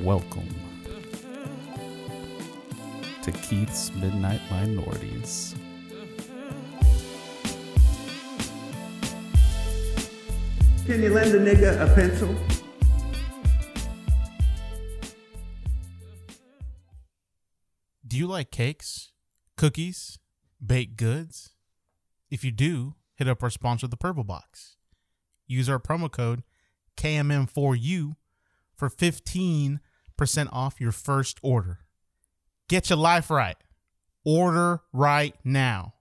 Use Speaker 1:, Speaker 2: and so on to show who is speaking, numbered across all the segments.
Speaker 1: Welcome to Keith's Midnight Minorities.
Speaker 2: Can you lend a nigga a pencil?
Speaker 3: Do you like cakes, cookies, baked goods? If you do, hit up our sponsor, The Purple Box. Use our promo code KMM4U for 15% off your first order. Get your life right. Order right now.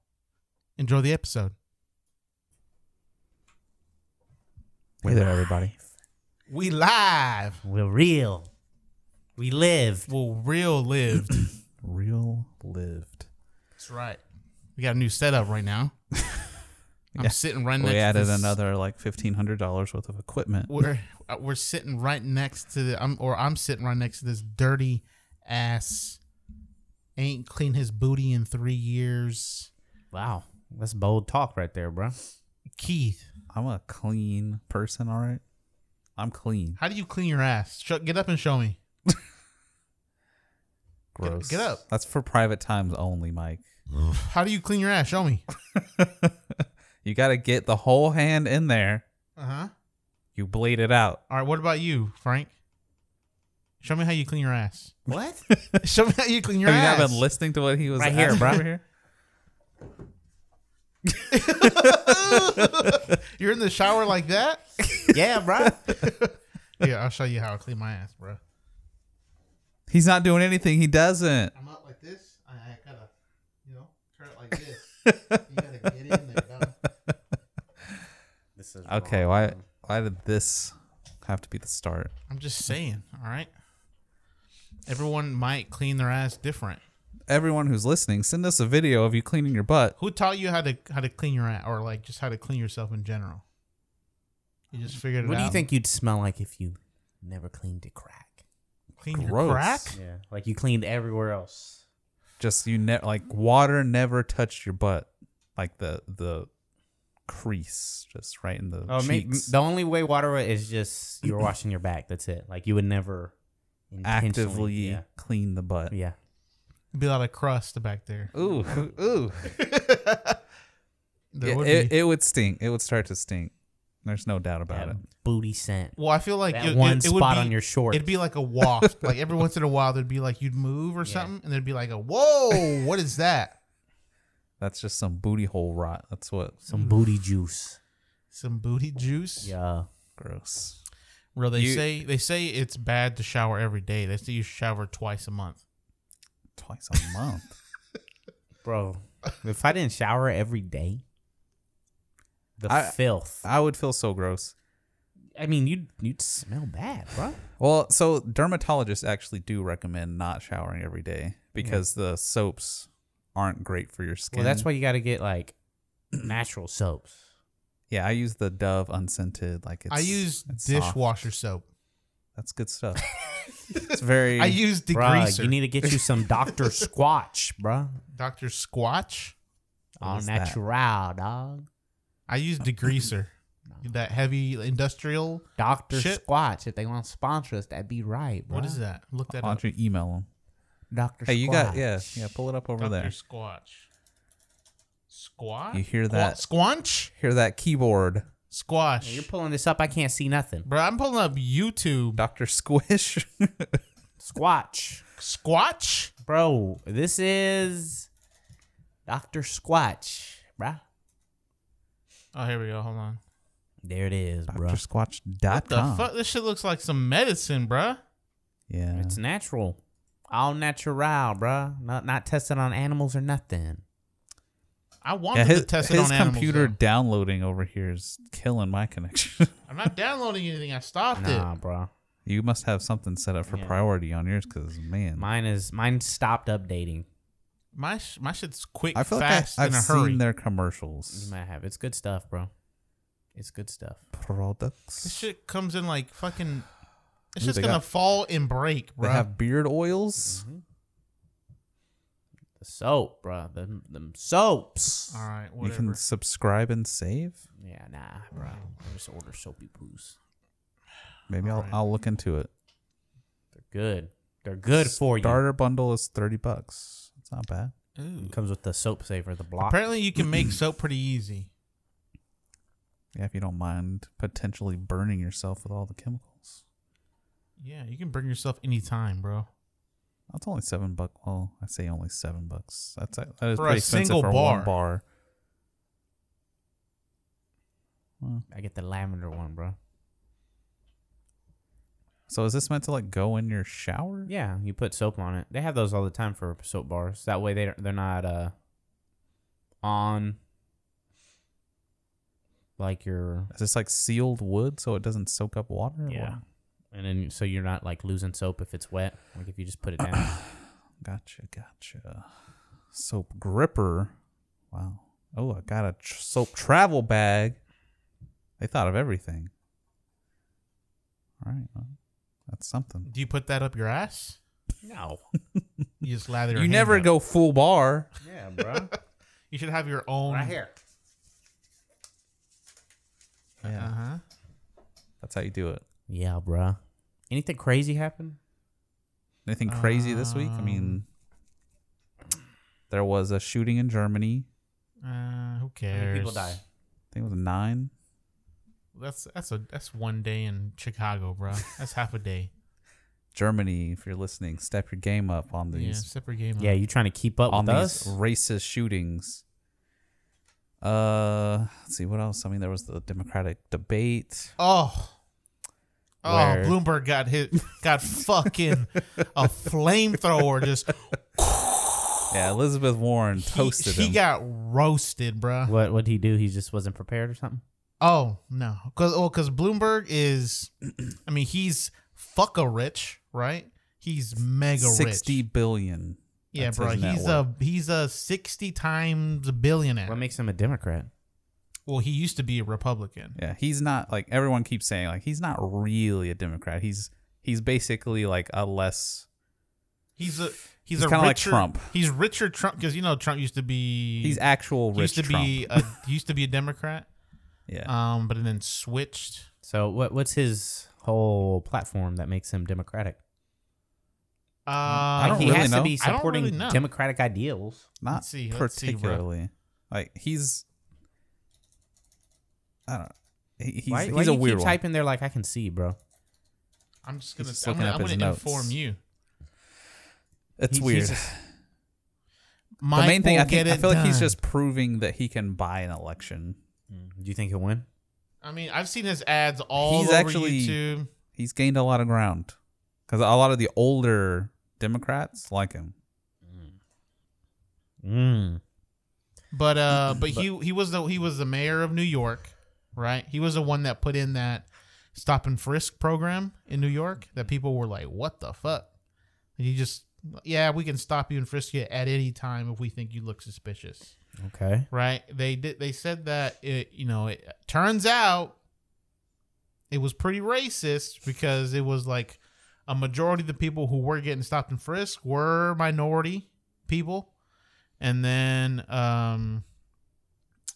Speaker 3: Enjoy the episode.
Speaker 4: Hey there, everybody.
Speaker 3: We live.
Speaker 4: We're real. We live.
Speaker 3: Well, real lived.
Speaker 1: Real lived.
Speaker 3: That's right. We got a new setup right now. I'm
Speaker 1: Yeah.
Speaker 3: sitting right next
Speaker 1: We
Speaker 3: to
Speaker 1: added
Speaker 3: this-
Speaker 1: another like fifteen hundred dollars worth of equipment.
Speaker 3: we're uh, we're sitting right next to the I'm or I'm sitting right next to this dirty ass ain't clean his booty in three years.
Speaker 4: Wow. That's bold talk right there, bro.
Speaker 3: Keith,
Speaker 1: I'm a clean person, all right. I'm clean.
Speaker 3: how do you clean your ass? Sh- get up and show me.
Speaker 1: Gross.
Speaker 3: get up.
Speaker 1: That's for private times only, Mike.
Speaker 3: How do you clean your ass? Show me.
Speaker 1: you got to get the whole hand in there.
Speaker 3: Uh huh.
Speaker 1: You bleed it out.
Speaker 3: All right. What about you, Frank? Show me how you clean your ass.
Speaker 4: What?
Speaker 3: Show me how you clean your
Speaker 1: Have you
Speaker 3: ass.
Speaker 1: not been listening to what he was
Speaker 4: Right here,
Speaker 1: asking
Speaker 4: bro.
Speaker 1: over here?
Speaker 3: You're in the shower like that?
Speaker 4: yeah, bro.
Speaker 3: yeah, I'll show you how I clean my ass, bro.
Speaker 1: He's not doing anything. He doesn't.
Speaker 3: I'm up like this. I, I gotta, you know, turn it like this. you gotta get in there. dog.
Speaker 4: This is
Speaker 1: Okay, why why did this have to be the start?
Speaker 3: I'm just saying, all right? Everyone might clean their ass different.
Speaker 1: Everyone who's listening, send us a video of you cleaning your butt.
Speaker 3: Who taught you how to how to clean your ass or like just how to clean yourself in general? You just figured it
Speaker 4: What
Speaker 3: out.
Speaker 4: do you think you'd smell like if you never cleaned a crack?
Speaker 3: Clean
Speaker 1: Gross.
Speaker 3: your crack?
Speaker 4: Yeah, like you cleaned everywhere else.
Speaker 1: Just you never like water never touched your butt, like the the crease just right in the
Speaker 4: Oh, ma-
Speaker 1: cheeks.
Speaker 4: the only way water wa- is just you're washing your back. That's it. Like you would never intentionally-
Speaker 1: actively
Speaker 4: Yeah.
Speaker 1: clean the butt.
Speaker 4: yeah.
Speaker 3: Be a lot of crust back there.
Speaker 1: Ooh, ooh.
Speaker 3: There
Speaker 1: It,
Speaker 3: would
Speaker 1: it,
Speaker 3: be.
Speaker 1: it would stink. It would start to stink. There's no doubt about
Speaker 4: That
Speaker 1: it.
Speaker 4: booty scent.
Speaker 3: well, I feel like
Speaker 4: that
Speaker 3: it,
Speaker 4: one
Speaker 3: it, it would
Speaker 4: spot
Speaker 3: be-
Speaker 4: on your short.
Speaker 3: It'd be like a waft. like every once in a while, there'd be like you'd move or
Speaker 4: Yeah.
Speaker 3: something, and there'd be like a whoa, what is that?
Speaker 1: That's just some booty hole rot. That's what
Speaker 4: Some booty juice.
Speaker 3: Some booty juice.
Speaker 4: Yeah.
Speaker 1: gross.
Speaker 3: Bro, they
Speaker 1: You-
Speaker 3: say they say it's bad to shower every day. They say you shower twice a month.
Speaker 1: Twice a month.
Speaker 4: Bro, if I didn't shower every day, the
Speaker 1: I-
Speaker 4: filth.
Speaker 1: I would feel so gross.
Speaker 4: I mean, you'd you'd smell bad, bro.
Speaker 1: Well, so dermatologists actually do recommend not showering every day because the soaps aren't great for your skin.
Speaker 4: Well, that's why you got to get like natural soaps.
Speaker 1: Yeah, I use the Dove unscented. Like it's,
Speaker 3: I use
Speaker 1: it's soft.
Speaker 3: dishwasher soap.
Speaker 1: That's good stuff. it's very.
Speaker 3: I use
Speaker 4: Bruh,
Speaker 3: degreaser.
Speaker 4: you need to get you some Dr. Squatch, bruh.
Speaker 3: Dr. Squatch.
Speaker 1: What
Speaker 4: All
Speaker 1: is that?
Speaker 4: natural, dog.
Speaker 3: I use degreaser. that heavy industrial.
Speaker 4: Dr.
Speaker 3: Shit.
Speaker 4: Squatch. If they want to sponsor us, that'd be right, bro.
Speaker 3: What is that? Look that
Speaker 1: Why
Speaker 3: up.
Speaker 1: don't you email them?
Speaker 4: Dr.
Speaker 1: Hey,
Speaker 4: Squatch.
Speaker 1: you got yeah yeah. Pull it up over
Speaker 3: Dr.
Speaker 1: there.
Speaker 3: Squatch. Squatch.
Speaker 1: You hear that?
Speaker 3: Squanch.
Speaker 1: Hear that keyboard,
Speaker 3: Squash.
Speaker 4: You're pulling this up. I can't see nothing.
Speaker 3: Bro, I'm pulling up YouTube.
Speaker 1: Doctor Squish.
Speaker 4: Squatch.
Speaker 3: Squatch.
Speaker 4: Bro, this is Dr. Squatch, bruh.
Speaker 3: Oh, here we go. Hold on.
Speaker 4: There it is, bruh.
Speaker 1: DrSquatch.com.
Speaker 3: What the fuck? This shit looks like some medicine, bruh.
Speaker 1: Yeah.
Speaker 4: It's natural. All natural, bruh. Not not tested on animals or nothing.
Speaker 3: I want
Speaker 1: yeah,
Speaker 3: them
Speaker 1: his
Speaker 3: to test it on
Speaker 1: his
Speaker 3: animals,
Speaker 1: computer
Speaker 3: though.
Speaker 1: downloading over here is killing my connection.
Speaker 3: I'm not downloading anything. I stopped
Speaker 4: Nah,
Speaker 3: it.
Speaker 4: bruh.
Speaker 1: you must have something set up for
Speaker 4: Yeah.
Speaker 1: priority on yours, because man,
Speaker 4: Mine is mine stopped updating.
Speaker 3: My sh- my shit's quick,
Speaker 1: I feel
Speaker 3: fast,
Speaker 1: like I,
Speaker 3: in
Speaker 1: have
Speaker 3: a
Speaker 1: seen
Speaker 3: hurry.
Speaker 1: their
Speaker 4: You
Speaker 1: commercials.
Speaker 4: might have. It's good stuff, bro. It's good stuff.
Speaker 3: this
Speaker 1: Products.
Speaker 3: shit comes in like fucking. It's
Speaker 1: Ooh,
Speaker 3: just
Speaker 1: they
Speaker 3: gonna
Speaker 1: got-
Speaker 3: fall and break,
Speaker 1: They
Speaker 3: bro.
Speaker 1: have beard oils.
Speaker 3: Mm-hmm.
Speaker 4: The soap, bro. Them, them soaps.
Speaker 3: All right,
Speaker 1: You
Speaker 3: whatever.
Speaker 1: can subscribe and save.
Speaker 4: Yeah, nah, bro. I just order soapy poos.
Speaker 1: Maybe I'll,
Speaker 3: Alright.
Speaker 1: I'll look into it.
Speaker 4: They're Good. They're good for you.
Speaker 1: Starter bundle is thirty bucks. It's not bad.
Speaker 4: It comes with the soap saver, the block.
Speaker 3: Apparently, you can make soap pretty easy.
Speaker 1: Yeah, if you don't mind potentially burning yourself with all the chemicals.
Speaker 3: Yeah, you can bring yourself anytime, bro.
Speaker 1: That's only seven bucks. Well, I say only seven bucks. That's that is
Speaker 3: For a
Speaker 1: pretty expensive
Speaker 3: single
Speaker 1: for
Speaker 3: bar.
Speaker 1: one bar.
Speaker 4: I get the lavender one, bro.
Speaker 1: So is this meant to like go in your shower?
Speaker 4: Yeah, you put soap on it. They have those all the time for soap bars. That way they don't, they're not uh on like your
Speaker 1: Is this like sealed wood so it doesn't soak up water? or
Speaker 4: yeah.
Speaker 1: what?
Speaker 4: And then so you're not like losing soap if it's wet. Like if you just put it down.
Speaker 1: Gotcha, gotcha. Soap gripper. Wow. Oh, I got a tr- soap travel bag. They thought of everything. All right, well, that's something.
Speaker 3: Do you put that up your ass?
Speaker 4: no.
Speaker 3: You just lather. your
Speaker 1: You
Speaker 3: hand
Speaker 1: never
Speaker 3: up.
Speaker 1: go full bar.
Speaker 4: Yeah, bro.
Speaker 3: You should have your own. Uh
Speaker 1: Yeah,
Speaker 3: huh.
Speaker 1: that's how you do it.
Speaker 4: Yeah, bruh. Anything crazy happen?
Speaker 1: Anything crazy this week? I mean,
Speaker 3: Um,
Speaker 1: there was a shooting in Germany.
Speaker 3: Uh, who
Speaker 4: How
Speaker 3: cares?
Speaker 4: many people die?
Speaker 1: I think it was nine.
Speaker 3: That's that's a that's one day in Chicago, bro. That's half a day.
Speaker 1: Germany, if you're listening, step your game up on
Speaker 3: yeah,
Speaker 1: these
Speaker 3: separate game.
Speaker 4: Yeah, you trying to keep up
Speaker 1: on
Speaker 4: with
Speaker 1: these
Speaker 4: us?
Speaker 1: racist shootings. Uh, let's see what else. I mean, there was the Democratic debate.
Speaker 3: Oh. Oh,
Speaker 4: Where-
Speaker 3: Bloomberg got hit, got fucking a flamethrower. Just
Speaker 1: Yeah, Elizabeth Warren toasted
Speaker 3: he, he
Speaker 1: him.
Speaker 3: got roasted, bruh.
Speaker 4: What what did he do? He just wasn't prepared or something?
Speaker 3: Oh no, because oh, because Bloomberg is, I mean, he's fuck a rich, right? He's mega
Speaker 1: Sixty
Speaker 3: rich.
Speaker 1: billion.
Speaker 3: Yeah,
Speaker 1: That's
Speaker 3: bro.
Speaker 1: his net
Speaker 3: He's
Speaker 1: worth.
Speaker 3: a he's a sixty times a billionaire.
Speaker 4: What makes him a Democrat?
Speaker 3: well, he used to be a Republican.
Speaker 1: Yeah, he's not like everyone keeps saying. Like he's not really a Democrat. He's he's basically like a less.
Speaker 3: He's a he's,
Speaker 1: He's
Speaker 3: a
Speaker 1: kinda like
Speaker 3: richer,
Speaker 1: Trump.
Speaker 3: He's Richard Trump because you know Trump used to be
Speaker 1: He's actual
Speaker 3: he
Speaker 1: rich
Speaker 3: used to
Speaker 1: Trump.
Speaker 3: be a he used to be a Democrat.
Speaker 1: yeah.
Speaker 3: Um, but then switched.
Speaker 4: So what what's his whole platform that makes him Democratic?
Speaker 3: Uh,
Speaker 1: I don't
Speaker 4: he
Speaker 1: really
Speaker 4: has
Speaker 1: know.
Speaker 4: to be
Speaker 3: I don't
Speaker 4: supporting
Speaker 3: really know.
Speaker 4: democratic ideals.
Speaker 1: not
Speaker 3: Let's see, let's see, bro.
Speaker 1: particularly. like he's, I don't. He, he's
Speaker 4: why
Speaker 1: he's
Speaker 4: why
Speaker 1: a
Speaker 4: do you
Speaker 1: weird
Speaker 4: keep
Speaker 1: one.
Speaker 4: typing there like I can see, bro?
Speaker 3: I'm just gonna
Speaker 1: just
Speaker 3: I'm
Speaker 1: looking
Speaker 3: gonna, I'm
Speaker 1: up his
Speaker 3: gonna
Speaker 1: notes.
Speaker 3: inform you.
Speaker 1: It's
Speaker 4: He- he's
Speaker 1: weird. The
Speaker 3: Mike
Speaker 1: main thing
Speaker 3: will
Speaker 1: I think
Speaker 3: get
Speaker 1: I
Speaker 3: it
Speaker 1: feel like he's
Speaker 3: done.
Speaker 1: just proving that he can buy an election.
Speaker 4: Mm, Do you think he'll win?
Speaker 3: I mean, I've seen his ads all
Speaker 1: He's
Speaker 3: over
Speaker 1: actually-
Speaker 3: YouTube.
Speaker 1: He's gained a lot of ground because a lot of the older Democrats like him.
Speaker 4: Mm.
Speaker 3: But uh, but he he was the he was the mayor of New York, right? He was the one that put in that stop and frisk program in New York that people were like, "What the fuck?" And he just, yeah, we can stop you and frisk you at any time if we think you look suspicious,
Speaker 4: Okay.
Speaker 3: right? They did. They said that it, you know, it turns out it was pretty racist because it was like a majority of the people who were getting stopped and frisked were minority people and then um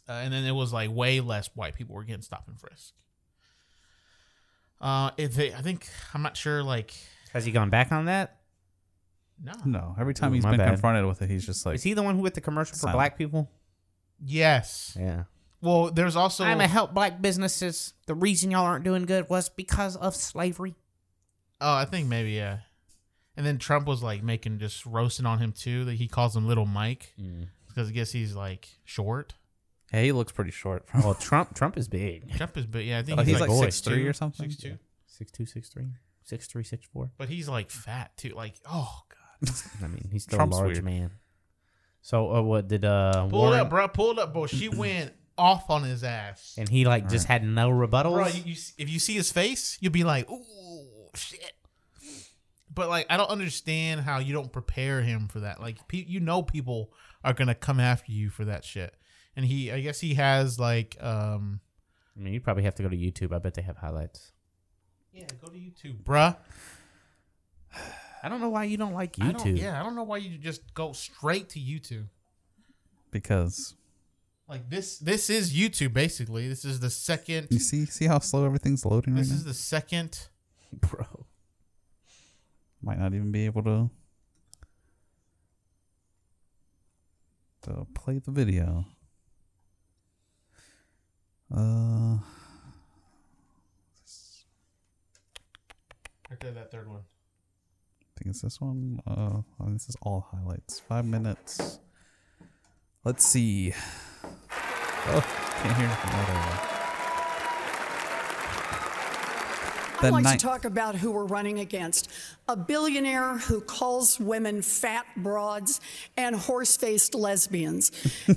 Speaker 3: uh, and then it was like way less white people were getting stopped and frisked uh if they, i think i'm not sure like
Speaker 4: Has he gone back on that?
Speaker 3: no
Speaker 1: No, every time
Speaker 4: Ooh,
Speaker 1: he's
Speaker 4: my
Speaker 1: been
Speaker 4: bad.
Speaker 1: confronted with it, he's just like,
Speaker 4: Is he the one who with the commercial for
Speaker 1: Silent.
Speaker 4: black people?
Speaker 3: yes
Speaker 4: Yeah.
Speaker 3: well there's also
Speaker 4: I'm to help black businesses. The reason y'all aren't doing good was because of slavery.
Speaker 3: oh i think maybe yeah and then trump was like making just roasting on him too that he calls him little mike because i guess he's like short
Speaker 1: "Hey, he looks pretty short."
Speaker 4: Well, Trump Trump is big.
Speaker 3: trump is but yeah i think
Speaker 1: Oh,
Speaker 3: he's,
Speaker 1: he's
Speaker 3: like,
Speaker 1: like
Speaker 3: 6'3"
Speaker 1: 6'3" or something?
Speaker 3: 6'2".
Speaker 4: Six two, six three, six three, six four.
Speaker 3: but he's like fat too like oh god
Speaker 4: I mean, he's still
Speaker 1: Trump's
Speaker 4: a large
Speaker 1: weird.
Speaker 4: man. So uh, what did uh
Speaker 3: pull
Speaker 4: Warren
Speaker 3: up bro pull up bro she went off on his ass
Speaker 4: and he like just had no rebuttals?
Speaker 3: Bro, you, you, s- if you see his face, you'll be like, "Ooh, shit." But like, I don't understand how you don't prepare him for that. Like, pe- you know, people are gonna come after you for that shit. And he, I guess, he has like, um,
Speaker 4: I mean, you probably have to go to YouTube. I bet they have highlights.
Speaker 3: yeah, go to YouTube, bruh.
Speaker 4: I don't know why you don't like
Speaker 3: I don't-
Speaker 4: YouTube.
Speaker 3: yeah, I don't know why you just go straight to YouTube.
Speaker 1: Because
Speaker 3: Like this, this is YouTube basically. This is the second.
Speaker 1: you see, see how slow everything's loading right
Speaker 3: This
Speaker 1: now.
Speaker 3: is the second.
Speaker 4: bro.
Speaker 1: Might not even be able to to play the video. Uh,
Speaker 3: Right there, that third one.
Speaker 1: I think it's this one. Uh, oh, this is all highlights. Five minutes. Let's see. Oh, can't hear anything.
Speaker 5: I'd
Speaker 1: The
Speaker 5: like
Speaker 1: ninth.
Speaker 5: to talk about who we're running against. A billionaire who calls women fat broads and horse faced lesbians.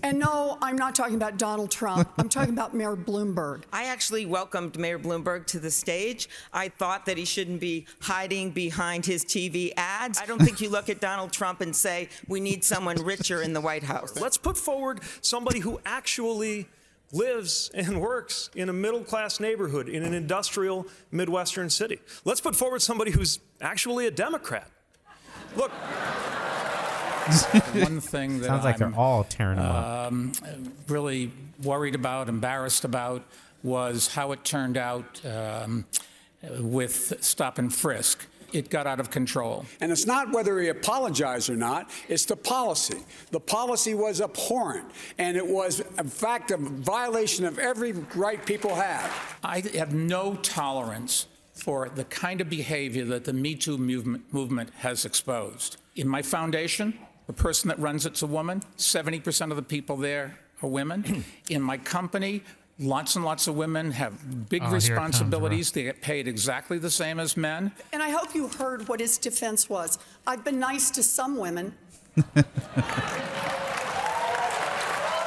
Speaker 5: and no, I'm not talking about Donald Trump. I'm talking about Mayor Bloomberg.
Speaker 6: I actually welcomed Mayor Bloomberg to the stage. I thought that he shouldn't be hiding behind his TV ads. I don't think you look at Donald Trump and say, we need someone richer in the White House.
Speaker 7: Let's put forward somebody who actually lives and works in a middle class neighborhood in an industrial Midwestern city. Let's put forward somebody who's actually a Democrat. Look,
Speaker 8: One thing that
Speaker 4: Sounds like
Speaker 8: I'm um,
Speaker 4: they're all tearing them up.
Speaker 8: really worried about, embarrassed about, was how it turned out um, with stop and frisk. It got out of control.
Speaker 9: And it's not whether he apologized or not, it's the policy. The policy was abhorrent, and it was, in fact, a violation of every right people have.
Speaker 8: I have no tolerance for the kind of behavior that the Me Too movement, movement has exposed. In my foundation, the person that runs it's a woman. 70% of the people there are women. In my company, lots and lots of women have big
Speaker 3: Oh, here it comes, bro.
Speaker 8: responsibilities. they get paid exactly the same as men.
Speaker 5: And I hope you heard what his defense was. I've been nice to some women.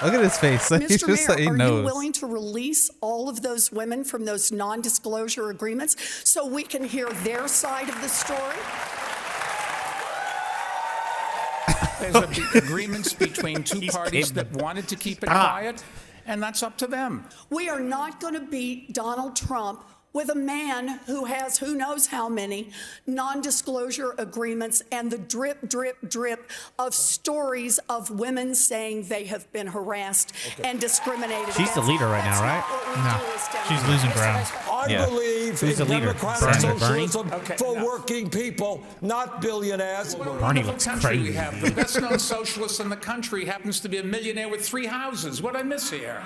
Speaker 1: Look at his face. He's
Speaker 5: Mr. Mayor,
Speaker 1: just like, he
Speaker 5: are
Speaker 1: knows.
Speaker 5: you willing to release all of those women from those non disclosure agreements so we can hear their side of the story?
Speaker 8: There's a be- agreements between two parties that wanted to keep it quiet, and that's up to them.
Speaker 5: We are not going to beat Donald Trump with a man who has who knows how many non disclosure agreements and the drip, drip, drip of stories of women saying they have been harassed and discriminated
Speaker 4: She's the
Speaker 5: against.
Speaker 4: leader right now,
Speaker 5: That's
Speaker 4: right?
Speaker 5: not what we
Speaker 3: No.
Speaker 5: do as
Speaker 3: She's
Speaker 5: Democrats.
Speaker 3: losing ground.
Speaker 10: I
Speaker 4: Yeah.
Speaker 10: believe
Speaker 4: Who's the
Speaker 10: in
Speaker 4: leader?
Speaker 10: democratic
Speaker 4: Bernie?
Speaker 10: socialism
Speaker 8: Okay,
Speaker 10: for
Speaker 8: enough.
Speaker 10: working people, not billionaires.
Speaker 4: Barney
Speaker 8: Wonderful
Speaker 4: looks
Speaker 8: country
Speaker 4: crazy.
Speaker 8: We have the best known socialist in the country happens to be a millionaire with three houses. What I miss here?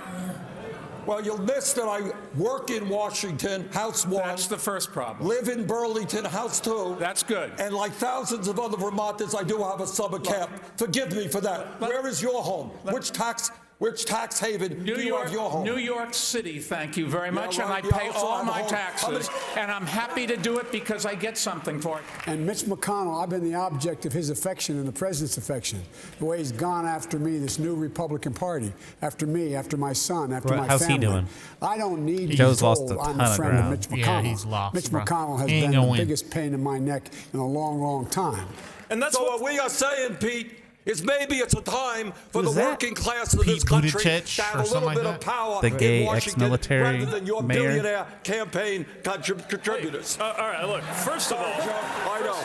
Speaker 10: Well, you'll miss that I work in Washington, House 1.
Speaker 8: That's the first problem.
Speaker 10: Live in Burlington, House 2.
Speaker 8: That's good.
Speaker 10: And like thousands of other Vermonters, I do have a summer camp. Forgive me for that.
Speaker 8: Let-
Speaker 10: Where is your home? Which tax which tax haven
Speaker 8: New
Speaker 10: do you
Speaker 8: York,
Speaker 10: have your home?
Speaker 8: New York City. Thank you very much,
Speaker 10: well,
Speaker 8: and
Speaker 10: you
Speaker 8: I pay
Speaker 10: also
Speaker 8: all
Speaker 10: have a
Speaker 8: my
Speaker 10: whole- how many-
Speaker 8: taxes, and I'm happy to do it because I get something for it.
Speaker 9: And Mitch McConnell, I've been the object of his affection and the president's affection. The way he's gone after me, this new Republican Party, after me, after my son, after
Speaker 4: Right,
Speaker 9: my
Speaker 4: how's he
Speaker 9: family.
Speaker 4: doing?
Speaker 9: I don't need to
Speaker 1: Joe's
Speaker 9: be
Speaker 1: lost
Speaker 9: told
Speaker 1: a
Speaker 9: I'm
Speaker 1: ton of
Speaker 9: a friend
Speaker 1: ground.
Speaker 9: of Mitch McConnell.
Speaker 3: Yeah, he's lost,
Speaker 9: Mitch
Speaker 3: bro.
Speaker 9: McConnell has
Speaker 3: He ain't
Speaker 9: been
Speaker 3: gonna
Speaker 9: the
Speaker 3: win.
Speaker 9: biggest pain in my neck in a long, long time.
Speaker 7: and that's
Speaker 10: So
Speaker 7: what
Speaker 10: what we are saying, Pete, is maybe it's a time for
Speaker 4: Who's
Speaker 10: the
Speaker 4: that?
Speaker 10: working class of
Speaker 3: Pete
Speaker 10: this country
Speaker 3: Buttigieg
Speaker 10: to have
Speaker 3: or
Speaker 10: a little
Speaker 3: something like
Speaker 10: bit
Speaker 3: that?
Speaker 10: of power
Speaker 1: The gay
Speaker 10: in Washington
Speaker 1: ex-military
Speaker 10: rather than your
Speaker 1: mayor?
Speaker 10: billionaire campaign contrib- contributors.
Speaker 7: Uh, all right, look, first of all,
Speaker 10: I know.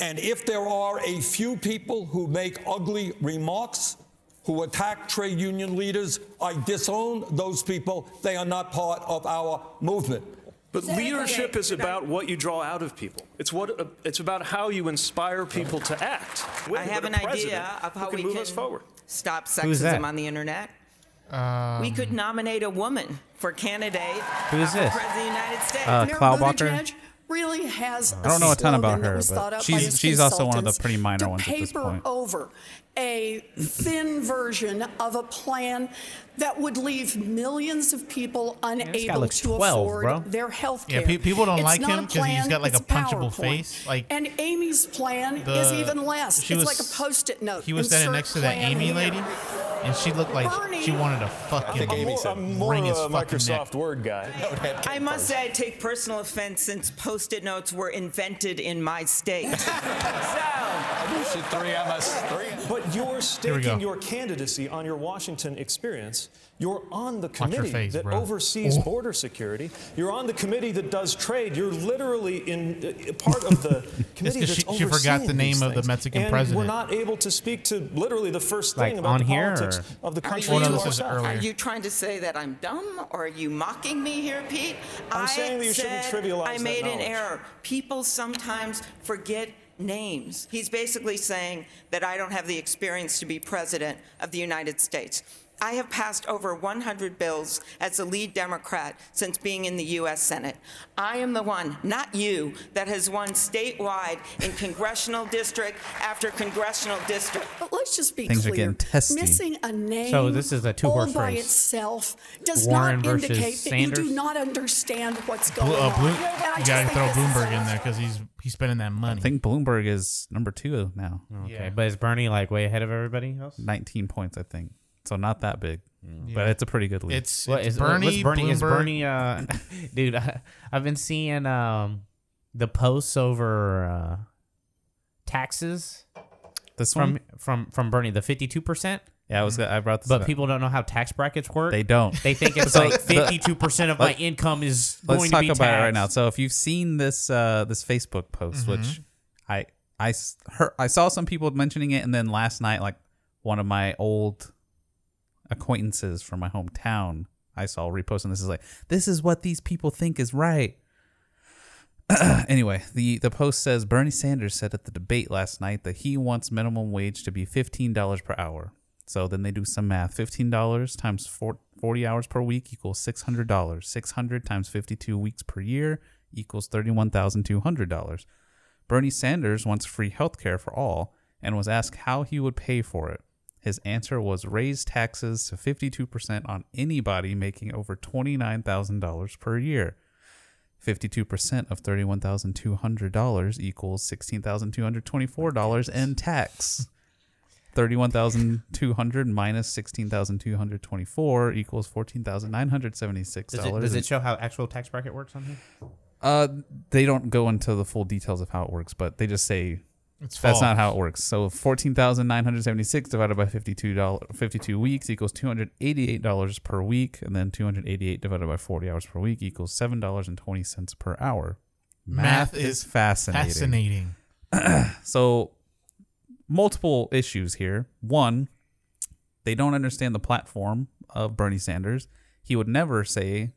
Speaker 10: And if there are a few people who make ugly remarks, who attack trade union leaders, I disown those people. They are not part of our movement.
Speaker 7: but leadership is about what you draw out of people. It's what uh, it's about how you inspire people to act. With-
Speaker 6: I have an
Speaker 7: with a president
Speaker 6: idea of how
Speaker 7: who can
Speaker 6: we
Speaker 7: move
Speaker 6: can
Speaker 7: us forward.
Speaker 6: stop
Speaker 4: Who's that?
Speaker 6: sexism on the internet.
Speaker 3: Um,
Speaker 6: we could nominate a woman for candidate
Speaker 4: Who is
Speaker 6: uh, for
Speaker 4: this?
Speaker 6: President of the United States.
Speaker 4: Uh,
Speaker 5: Mayor
Speaker 1: Cloud Walker?
Speaker 5: Buttigieg really has. I
Speaker 1: I don't know a ton about her, but she's- she's also one of the pretty minor
Speaker 5: to
Speaker 1: ones at
Speaker 5: paper
Speaker 1: this point.
Speaker 5: over a thin version of a plan that would leave millions of people
Speaker 4: this guy
Speaker 5: unable
Speaker 4: looks
Speaker 5: to
Speaker 4: 12,
Speaker 5: afford
Speaker 4: bro.
Speaker 5: their health
Speaker 3: Yeah,
Speaker 5: care.
Speaker 3: pe- people don't
Speaker 5: It's
Speaker 3: like
Speaker 5: not
Speaker 3: him 'cause he's
Speaker 5: plan,
Speaker 3: got, like, a
Speaker 5: it's
Speaker 3: punchable
Speaker 5: PowerPoint.
Speaker 3: face, like-
Speaker 5: and Amy's plan is
Speaker 3: The-
Speaker 5: even less. It's
Speaker 3: she was-
Speaker 5: like a post-it note.
Speaker 3: He was standing
Speaker 5: Insert
Speaker 3: next to that
Speaker 5: plan
Speaker 3: Amy
Speaker 5: here.
Speaker 3: lady, and she looked like
Speaker 5: Bernie.
Speaker 3: she wanted to fucking
Speaker 7: I'm more
Speaker 3: wring his
Speaker 7: a
Speaker 3: fucking
Speaker 7: Microsoft
Speaker 3: neck.
Speaker 7: Word guy.
Speaker 6: I must say, I take personal offense since post-it notes were invented in my state. so.
Speaker 7: But you're
Speaker 3: we go.
Speaker 7: staking your candidacy on your Washington experience. You're on
Speaker 3: your
Speaker 7: the committee
Speaker 3: face,
Speaker 7: that
Speaker 3: bro.
Speaker 7: oversees
Speaker 3: Ooh.
Speaker 7: border security. You're on the committee that does trade. You're literally in uh, part of the committee
Speaker 3: 'cause
Speaker 7: that's
Speaker 3: she- she
Speaker 7: overseeing
Speaker 3: forgot the
Speaker 7: these
Speaker 3: name of the
Speaker 7: things.
Speaker 3: Mexican
Speaker 7: and
Speaker 3: president.
Speaker 7: We're not able to speak to literally the first
Speaker 4: Like,
Speaker 7: thing about
Speaker 4: on
Speaker 7: the
Speaker 4: here,
Speaker 7: politics
Speaker 4: or-
Speaker 7: of the country.
Speaker 3: Oh, no,
Speaker 7: to
Speaker 3: this was
Speaker 7: ourselves.
Speaker 3: earlier.
Speaker 6: Are you trying to say that I'm dumb, or are you mocking me here, Pete?
Speaker 7: I'm saying that you shouldn't
Speaker 6: said
Speaker 7: trivialize
Speaker 6: I
Speaker 7: that
Speaker 6: made an
Speaker 7: knowledge.
Speaker 6: error. People sometimes forget names. He's basically saying that I don't have the experience to be president of the United States. I have passed over 100 bills as a lead Democrat since being in the U.S. Senate. I am the one, not you, that has won statewide in congressional district after congressional district.
Speaker 5: But let's just be
Speaker 1: Things are
Speaker 5: clear.
Speaker 1: getting testy.
Speaker 5: Missing a name
Speaker 4: So this is a two-horse
Speaker 5: all by
Speaker 4: race.
Speaker 5: itself does
Speaker 4: Warren
Speaker 5: not
Speaker 4: versus
Speaker 5: indicate that you
Speaker 4: Sanders?
Speaker 5: do not understand what's going
Speaker 3: Blo- uh,
Speaker 5: on.
Speaker 3: Bloom,
Speaker 5: And I
Speaker 3: you
Speaker 5: just
Speaker 3: gotta
Speaker 5: think
Speaker 3: throw
Speaker 5: this is
Speaker 3: Bloomberg in
Speaker 5: a-
Speaker 3: there because he's he's spending that money.
Speaker 1: I think Bloomberg is number two now,
Speaker 4: Okay,
Speaker 3: Yeah.
Speaker 4: but is Bernie like way ahead of everybody else?
Speaker 1: 19 points, I think. So not that big, but it's a pretty good lead.
Speaker 3: it's,
Speaker 4: What
Speaker 3: it's
Speaker 4: is
Speaker 3: Bernie.
Speaker 4: what's Bernie? Is
Speaker 3: Bloomberg-
Speaker 4: Bernie? Uh, dude, I, I've been seeing um the posts over uh, taxes
Speaker 1: this
Speaker 4: from
Speaker 1: one,
Speaker 4: from from Bernie. The fifty-two percent.
Speaker 1: yeah, I was. I brought this,
Speaker 4: But
Speaker 1: up.
Speaker 4: people don't know how tax brackets work.
Speaker 1: they don't.
Speaker 4: They think it's
Speaker 1: So
Speaker 4: like
Speaker 1: the-
Speaker 4: fifty-two percent of my income is going to
Speaker 1: Let's talk
Speaker 4: be
Speaker 1: about it right
Speaker 4: taxed.
Speaker 1: now. So if you've seen this uh, this Facebook post, which I I s- heard, I saw some people mentioning it, and then last night, like one of my old acquaintances from my hometown, I saw reposting this is like this is what these people think is right. anyway, the the post says Bernie Sanders said at the debate last night that he wants minimum wage to be fifteen dollars per hour. So then they do some math. Fifteen dollars times four, forty hours per week equals six hundred dollars. Six hundred times fifty two weeks per year equals thirty one thousand two hundred dollars. Bernie Sanders wants free health care for all and was asked how he would pay for it. His answer was raise taxes to 52% on anybody making over $29,000 per year. 52% of $31,200 equals $16,224 in tax. 31,200 minus 16,224 equals $14,976.
Speaker 4: Does it, does it show how actual tax bracket works on here?
Speaker 1: Uh, they don't go into the full details of how it works, but they just say
Speaker 3: It's
Speaker 1: that's not
Speaker 3: false.
Speaker 1: how it works. So fourteen thousand nine hundred seventy six divided by fifty two dollars fifty two weeks equals two hundred eighty eight dollars per week, and then two hundred eighty eight divided by forty hours per week equals seven dollars and twenty cents per hour.
Speaker 3: Math is
Speaker 1: fascinating.
Speaker 3: fascinating.
Speaker 1: So multiple issues here. One, they don't understand the platform of Bernie Sanders. He would never say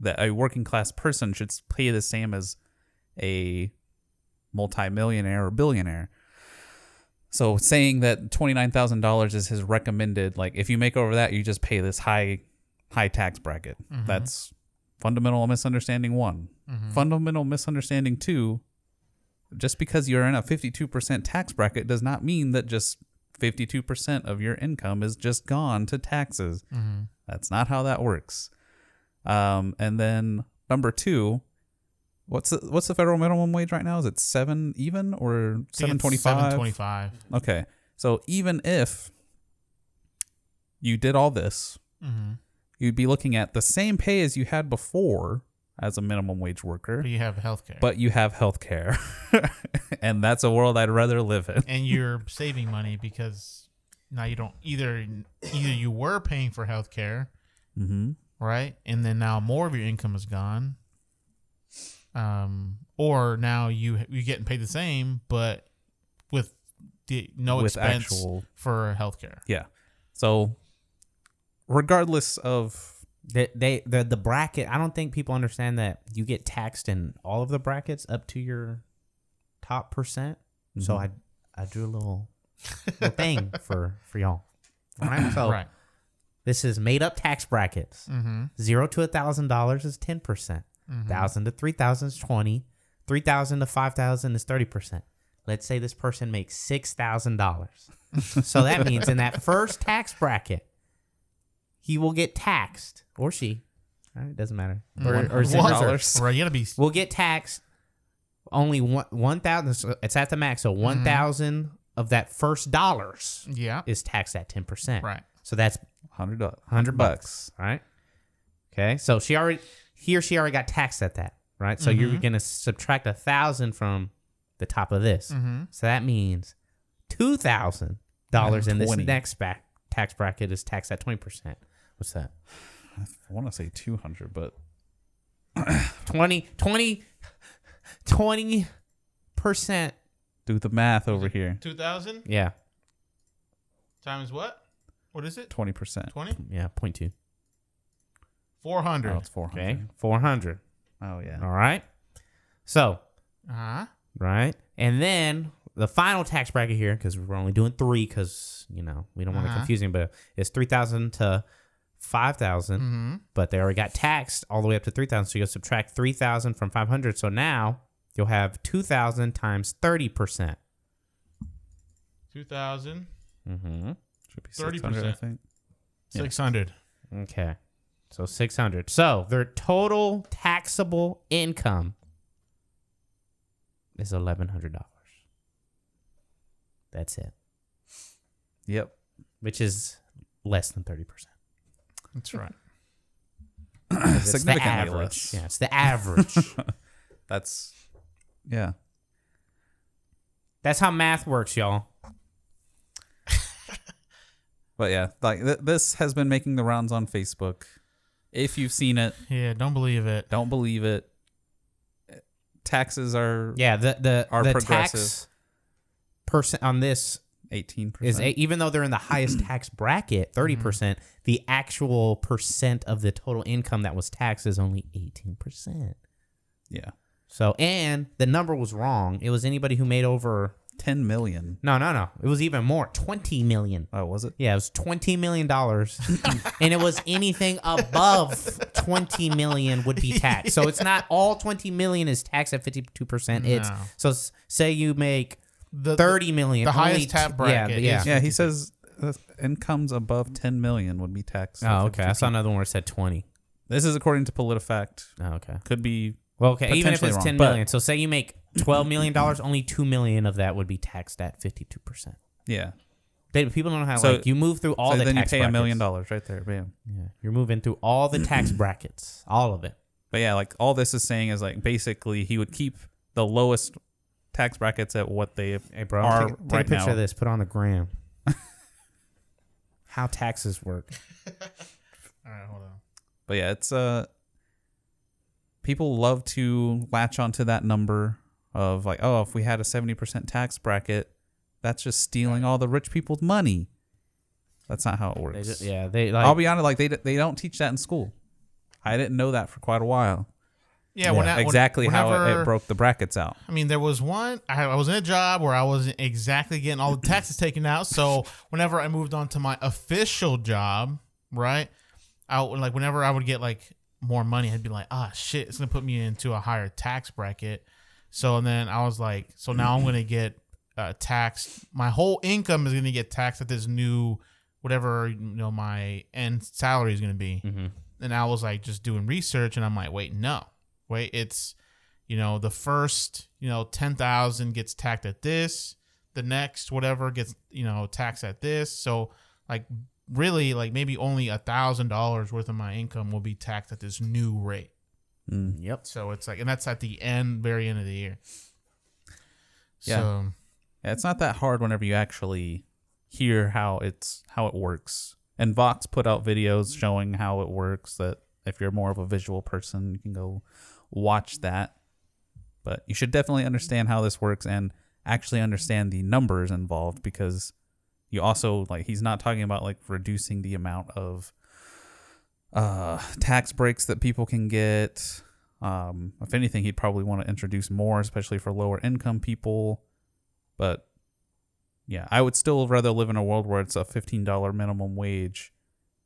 Speaker 1: that a working class person should pay the same as a multimillionaire or billionaire. So saying that twenty nine thousand dollars is his recommended, like if you make over that, you just pay this high high tax bracket. That's fundamental misunderstanding one.
Speaker 3: Mm-hmm.
Speaker 1: Fundamental misunderstanding two. Just because you're in a fifty two percent tax bracket does not mean that just fifty two percent of your income is just gone to taxes.
Speaker 3: Mm-hmm.
Speaker 1: That's not how that works. Um, and then number two, what's the, what's the federal minimum wage right now? Is it seven even or seven twenty
Speaker 3: Seven
Speaker 1: five?
Speaker 3: twenty-five.
Speaker 1: Okay. So even if you did all this,
Speaker 3: Mm-hmm.
Speaker 1: you'd be looking at the same pay as you had before as a minimum wage worker,
Speaker 3: But you have healthcare,
Speaker 1: but you have health care. and that's a world I'd rather live in.
Speaker 3: and you're saving money because now you don't either. Either you were paying for healthcare,
Speaker 1: Mhm.
Speaker 3: right, and then now more of your income is gone. Um, or now you you're getting paid the same, but with the no
Speaker 1: With
Speaker 3: expense
Speaker 1: actual-
Speaker 3: for healthcare.
Speaker 1: Yeah. So regardless of
Speaker 4: They, they the the bracket. I don't think people understand that you get taxed in all of the brackets up to your top percent. So
Speaker 1: Mm-hmm.
Speaker 4: I I drew a little, little thing for for y'all. All right, so
Speaker 3: Right.
Speaker 4: this is made up tax brackets.
Speaker 1: Mm-hmm.
Speaker 4: Zero to a thousand dollars is ten percent. Thousand to three thousand is twenty. Three thousand to five thousand is thirty percent. Let's say this person makes six thousand dollars. so that means in that first tax bracket, he will get taxed or she. All right, doesn't matter. Or, or is it
Speaker 3: Mm. One-
Speaker 4: dollars?
Speaker 3: Right, you gotta be
Speaker 4: will get taxed only one one thousand. so It's at the max, so one thousand of that first dollars
Speaker 3: Mm-hmm. yeah.
Speaker 4: is taxed at ten percent.
Speaker 3: Right.
Speaker 4: So that's
Speaker 1: hundred dollars
Speaker 4: hundred bucks. All right. Okay. So she already he or she already got taxed at that. Right. So
Speaker 3: Mm-hmm.
Speaker 4: you're gonna subtract a thousand from the top of this.
Speaker 3: Mm-hmm.
Speaker 4: So that means two thousand dollars in this
Speaker 1: 20.
Speaker 4: next back tax bracket is taxed at twenty percent. What's that?
Speaker 1: I wanna say two hundred, but
Speaker 4: 20 20 20 percent.
Speaker 1: do the math over here.
Speaker 3: Two thousand
Speaker 4: Yeah.
Speaker 3: times what? What is it?
Speaker 1: Twenty percent.
Speaker 3: Twenty?
Speaker 4: Yeah. Point two.
Speaker 3: Four hundred.
Speaker 1: Oh, it's four hundred.
Speaker 4: Okay. Four hundred.
Speaker 1: Oh yeah.
Speaker 4: All right. So
Speaker 3: Uh huh.
Speaker 4: right, And then the final tax bracket here, because we're only doing three, because you know we don't want
Speaker 3: Uh-huh.
Speaker 4: to confuse anybody. It's three thousand to five
Speaker 3: Mm-hmm.
Speaker 4: but they already got taxed all the way up to three thousand. So you will subtract three thousand from five hundred. So now you'll have two thousand times thirty percent.
Speaker 3: 2,000,
Speaker 4: Mm-hmm.
Speaker 1: Should be
Speaker 3: 30%.
Speaker 1: 600, I think.
Speaker 3: 600.
Speaker 4: Okay, so six hundred. So their total taxable income is eleven hundred dollars. That's it,
Speaker 1: Yep.
Speaker 4: which is less than thirty percent.
Speaker 3: That's right.
Speaker 4: It's the
Speaker 1: Significantly
Speaker 4: average.
Speaker 1: less.
Speaker 4: Yeah, it's the average.
Speaker 1: That's yeah.
Speaker 4: That's how math works, y'all.
Speaker 1: But yeah, like th- this has been making the rounds on Facebook. If you've seen it,
Speaker 3: Yeah, don't believe it.
Speaker 1: don't believe it. Taxes are
Speaker 4: Yeah, the the
Speaker 1: Are
Speaker 4: the tax
Speaker 1: progressive.
Speaker 4: person on this
Speaker 1: eighteen
Speaker 4: is
Speaker 1: percent. Mm-hmm.
Speaker 4: even though they're in the highest tax bracket, thirty percent, the actual percent of the total income that was taxed is only eighteen percent.
Speaker 1: Yeah,
Speaker 4: So, and the number was wrong. It was anybody who made over
Speaker 1: ten million.
Speaker 4: no, no, no. It was even more, twenty million.
Speaker 1: Oh, was it?
Speaker 4: Yeah, it was twenty million dollars, and it was anything above twenty million would be taxed. So it's not all twenty million is taxed at fifty two percent. It's
Speaker 3: No.
Speaker 4: so s- say you make
Speaker 3: The,
Speaker 4: thirty million.
Speaker 3: the
Speaker 4: only
Speaker 3: highest tax bracket
Speaker 4: Yeah,
Speaker 3: is-
Speaker 4: yeah.
Speaker 1: Yeah, he says uh, incomes above ten million would be taxed.
Speaker 4: Oh, okay. I saw
Speaker 1: 52%.
Speaker 4: another one that said twenty.
Speaker 1: This is according to PolitiFact.
Speaker 4: Oh, okay.
Speaker 1: Could be
Speaker 4: Well, okay. Even if
Speaker 1: Potentially
Speaker 4: it's
Speaker 1: wrong,
Speaker 4: ten million,
Speaker 1: but-
Speaker 4: so say you make twelve million dollars, only two million of that would be taxed at fifty two percent.
Speaker 1: yeah.
Speaker 4: They people don't know how
Speaker 1: So-
Speaker 4: like you move through all
Speaker 1: so
Speaker 4: the
Speaker 1: then you
Speaker 4: tax
Speaker 1: pay a million
Speaker 4: brackets.
Speaker 1: dollars right there, bam. Mm.
Speaker 4: Yeah, you're moving through all the tax brackets, all of it.
Speaker 1: But yeah, like all this is saying is like basically he would keep the lowest tax brackets at what they
Speaker 4: Hey, bro,
Speaker 1: are
Speaker 4: take, take
Speaker 1: right
Speaker 4: a picture
Speaker 1: now.
Speaker 4: of this. Put it on the gram. How taxes work.
Speaker 3: All right, hold on.
Speaker 1: But yeah, it's uh people love to latch onto that number of like, oh, if we had a 70% tax bracket, that's just stealing all the rich people's money. That's not how it works.
Speaker 4: They just, yeah, they like.
Speaker 1: I'll be honest, like they d- they don't teach that in school. I didn't know that for quite a while.
Speaker 3: Yeah, when I- when-
Speaker 1: exactly how it,
Speaker 3: whenever-
Speaker 1: it broke the brackets out.
Speaker 3: I mean, there was one. I, I was in a job where I wasn't exactly getting all the taxes taken out. So whenever I moved on to my official job, right, I would- like whenever I would get like more money, I'd be like, ah, shit, it's gonna put me into a higher tax bracket. So and then I was like, so now I'm gonna get uh, taxed. My whole income is gonna get taxed at this new whatever you know my end salary is gonna be. And I was like just doing research, and I'm like, wait, no, wait, it's you know the first you know 10000 gets taxed at this the next whatever gets you know taxed at this so like really like maybe only a thousand dollars worth of my income will be taxed at this new rate
Speaker 4: Yep.
Speaker 3: so it's like and that's at the end very end of the year
Speaker 1: Yeah.
Speaker 3: so
Speaker 1: Yeah, it's not that hard whenever you actually hear how it's how it works. And Vox put out videos showing how it works that if you're more of a visual person, you can go watch that. But you should definitely understand how this works and actually understand the numbers involved because you also like he's not talking about like reducing the amount of uh tax breaks that people can get. Um, if anything, he'd probably want to introduce more, especially for lower income people. But yeah, I would still rather live in a world where it's a fifteen dollar minimum wage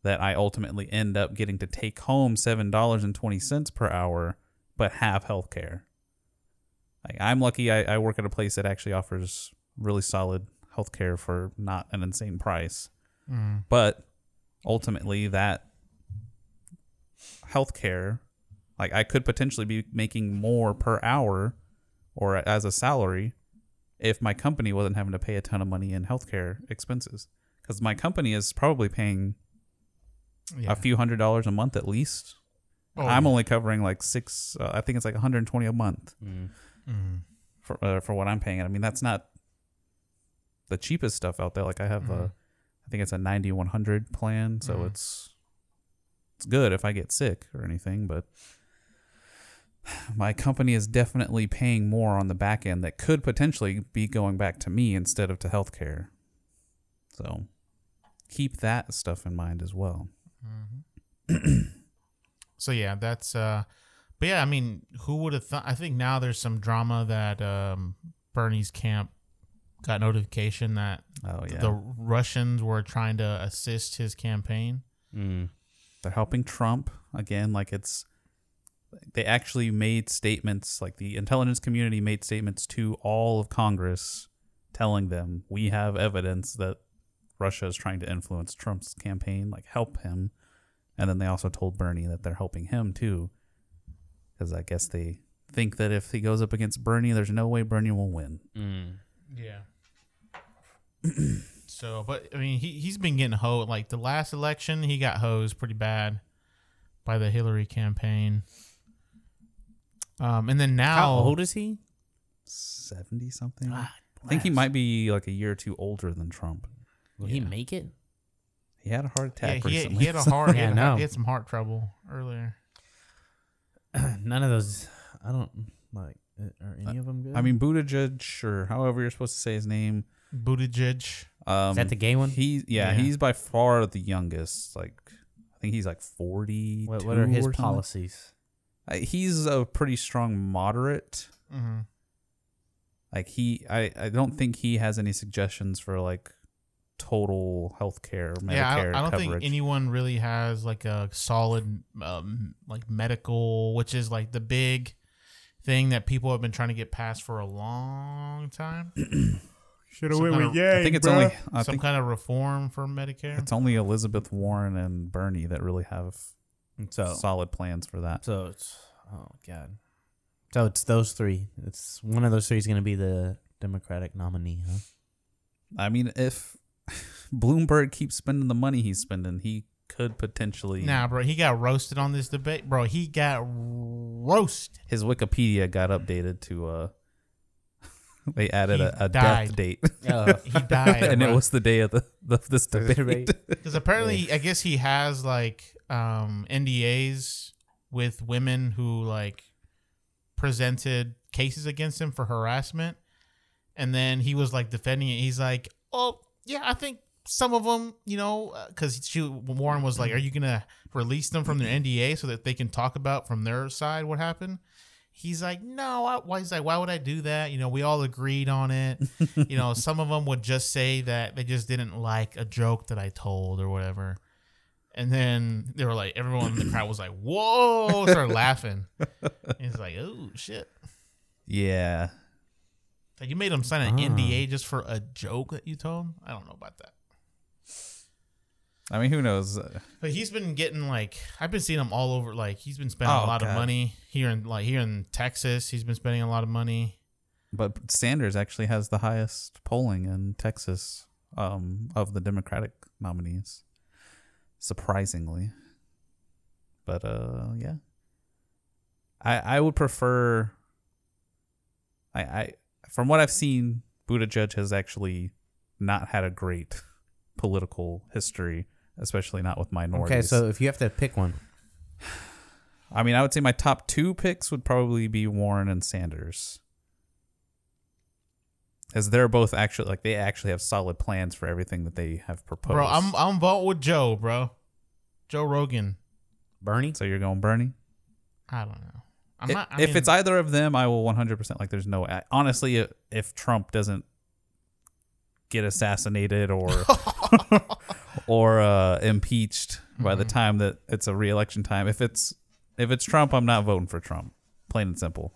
Speaker 1: that I ultimately end up getting to take home seven dollars and twenty cents per hour, but have health care. Like I'm lucky I, I work at a place that actually offers really solid health care for not an insane price. But ultimately that health care like I could potentially be making more per hour or as a salary if my company wasn't having to pay a ton of money in healthcare expenses because my company is probably paying
Speaker 3: yeah
Speaker 1: a few hundred dollars a month at least
Speaker 3: Oh,
Speaker 1: i'm
Speaker 3: yeah.
Speaker 1: only covering like six uh, i think it's like 120 a month for, uh, for what i'm paying i mean that's not the cheapest stuff out there like i have a i think it's a 90 100 plan so it's it's good if i get sick or anything but my company is definitely paying more on the back end that could potentially be going back to me instead of to healthcare. So keep that stuff in mind as well.
Speaker 4: Mm-hmm.
Speaker 3: so yeah that's uh but yeah i mean who would have thought i think now there's some drama that um Bernie's camp got notification that
Speaker 1: Oh, yeah.
Speaker 3: the Russians were trying to assist his campaign.
Speaker 1: Mm. They're helping Trump again. Like it's, they actually made statements. Like the intelligence community made statements to all of Congress, telling them we have evidence that Russia is trying to influence Trump's campaign. Like help him, and then they also told Bernie that they're helping him too, because I guess they think that if he goes up against Bernie, there's no way Bernie will win.
Speaker 3: Mm. Yeah. so, but I mean, he he's been getting hoed. Like the last election, he got hosed pretty bad by the Hillary campaign. Um, and then now,
Speaker 4: How old is he?
Speaker 1: Seventy something. I think he might be like a year or two older than Trump.
Speaker 4: Will he make it?
Speaker 1: He had a heart
Speaker 3: yeah,
Speaker 1: attack
Speaker 3: he, had,
Speaker 1: recently.
Speaker 3: he had a heart. he,
Speaker 4: Yeah,
Speaker 3: had,
Speaker 4: no.
Speaker 3: he had some heart trouble earlier.
Speaker 4: None of those. I don't like. uh, Are any of them good?
Speaker 1: Uh, I mean, Buttigieg, or however you're supposed to say his name.
Speaker 3: Buttigieg.
Speaker 1: Um,
Speaker 4: that the gay one?
Speaker 1: He,
Speaker 3: Yeah.
Speaker 1: yeah, he's by far the youngest. Like, I think he's like 40.
Speaker 4: what, what are his policies?
Speaker 1: He's a pretty strong moderate.
Speaker 3: Mm-hmm.
Speaker 1: Like he, I, I don't think he has any suggestions for like total health care, Medicare
Speaker 3: Yeah, I, don't- I don't
Speaker 1: coverage.
Speaker 3: think anyone really has like a solid um, like medical, which is like the big thing that people have been trying to get past for a long time.
Speaker 4: Should
Speaker 3: Some went kinda- with
Speaker 1: I think it's only, I
Speaker 3: Some
Speaker 1: think
Speaker 3: kind of reform for Medicare.
Speaker 1: it's only Elizabeth Warren and Bernie that really have
Speaker 4: So,
Speaker 1: solid plans for that.
Speaker 4: so it's oh god. So it's those three. It's one of those three is going to be the Democratic nominee, huh?
Speaker 1: I mean, if Bloomberg keeps spending the money he's spending, he could potentially.
Speaker 3: Nah, bro, he got roasted on this debate, bro. He got roasted.
Speaker 1: His Wikipedia got updated to. uh They added
Speaker 3: He
Speaker 1: a, a
Speaker 3: died.
Speaker 1: death date,
Speaker 3: He died,
Speaker 1: and it was the day of the, the this debate.
Speaker 3: because apparently, I guess he has like um, NDAs with women who like presented cases against him for harassment, and then he was like defending it. He's like, "Oh, yeah, I think." Some of them, you know, because she Warren was like, "Are you gonna release them from their NDA so that they can talk about from their side what happened?" he's like, no, I, why he's like, why would I do that? You know, we all agreed on it. you know, some of them would just say that they just didn't like a joke that I told or whatever. And then they were like, everyone in the crowd was like, whoa, started laughing. And he's like, oh shit,
Speaker 1: yeah,
Speaker 3: like you made him sign an NDA just for a joke that you told. I don't know about that.
Speaker 1: I mean, who knows?
Speaker 3: But he's been getting like I've been seeing him all over. Like he's been spending a
Speaker 1: Oh,
Speaker 3: lot of
Speaker 1: God.
Speaker 3: money here in like here in Texas. He's been spending a lot of money.
Speaker 1: But Sanders actually has the highest polling in Texas um, of the Democratic nominees, surprisingly. But uh, yeah, I I would prefer. I I from what I've seen, Buttigieg has actually not had a great political history, especially not with minorities.
Speaker 4: Okay, so if you have to pick one,
Speaker 1: I mean, I would say my top two picks would probably be Warren and Sanders. As they're both actually like they actually have solid plans for everything that they have proposed.
Speaker 3: Bro, I'm I'm vote with Joe, bro. Joe Rogan.
Speaker 4: Bernie.
Speaker 1: so you're going Bernie.
Speaker 3: I don't know. I'm
Speaker 1: If-
Speaker 3: not, I
Speaker 1: if
Speaker 3: mean,
Speaker 1: it's either of them, I will 100 percent like. There's no I, honestly, i- if Trump doesn't get assassinated or or uh, impeached by
Speaker 3: Mm-hmm.
Speaker 1: the time that it's a reelection time, if it's if it's Trump, I'm not voting for Trump. Plain and simple.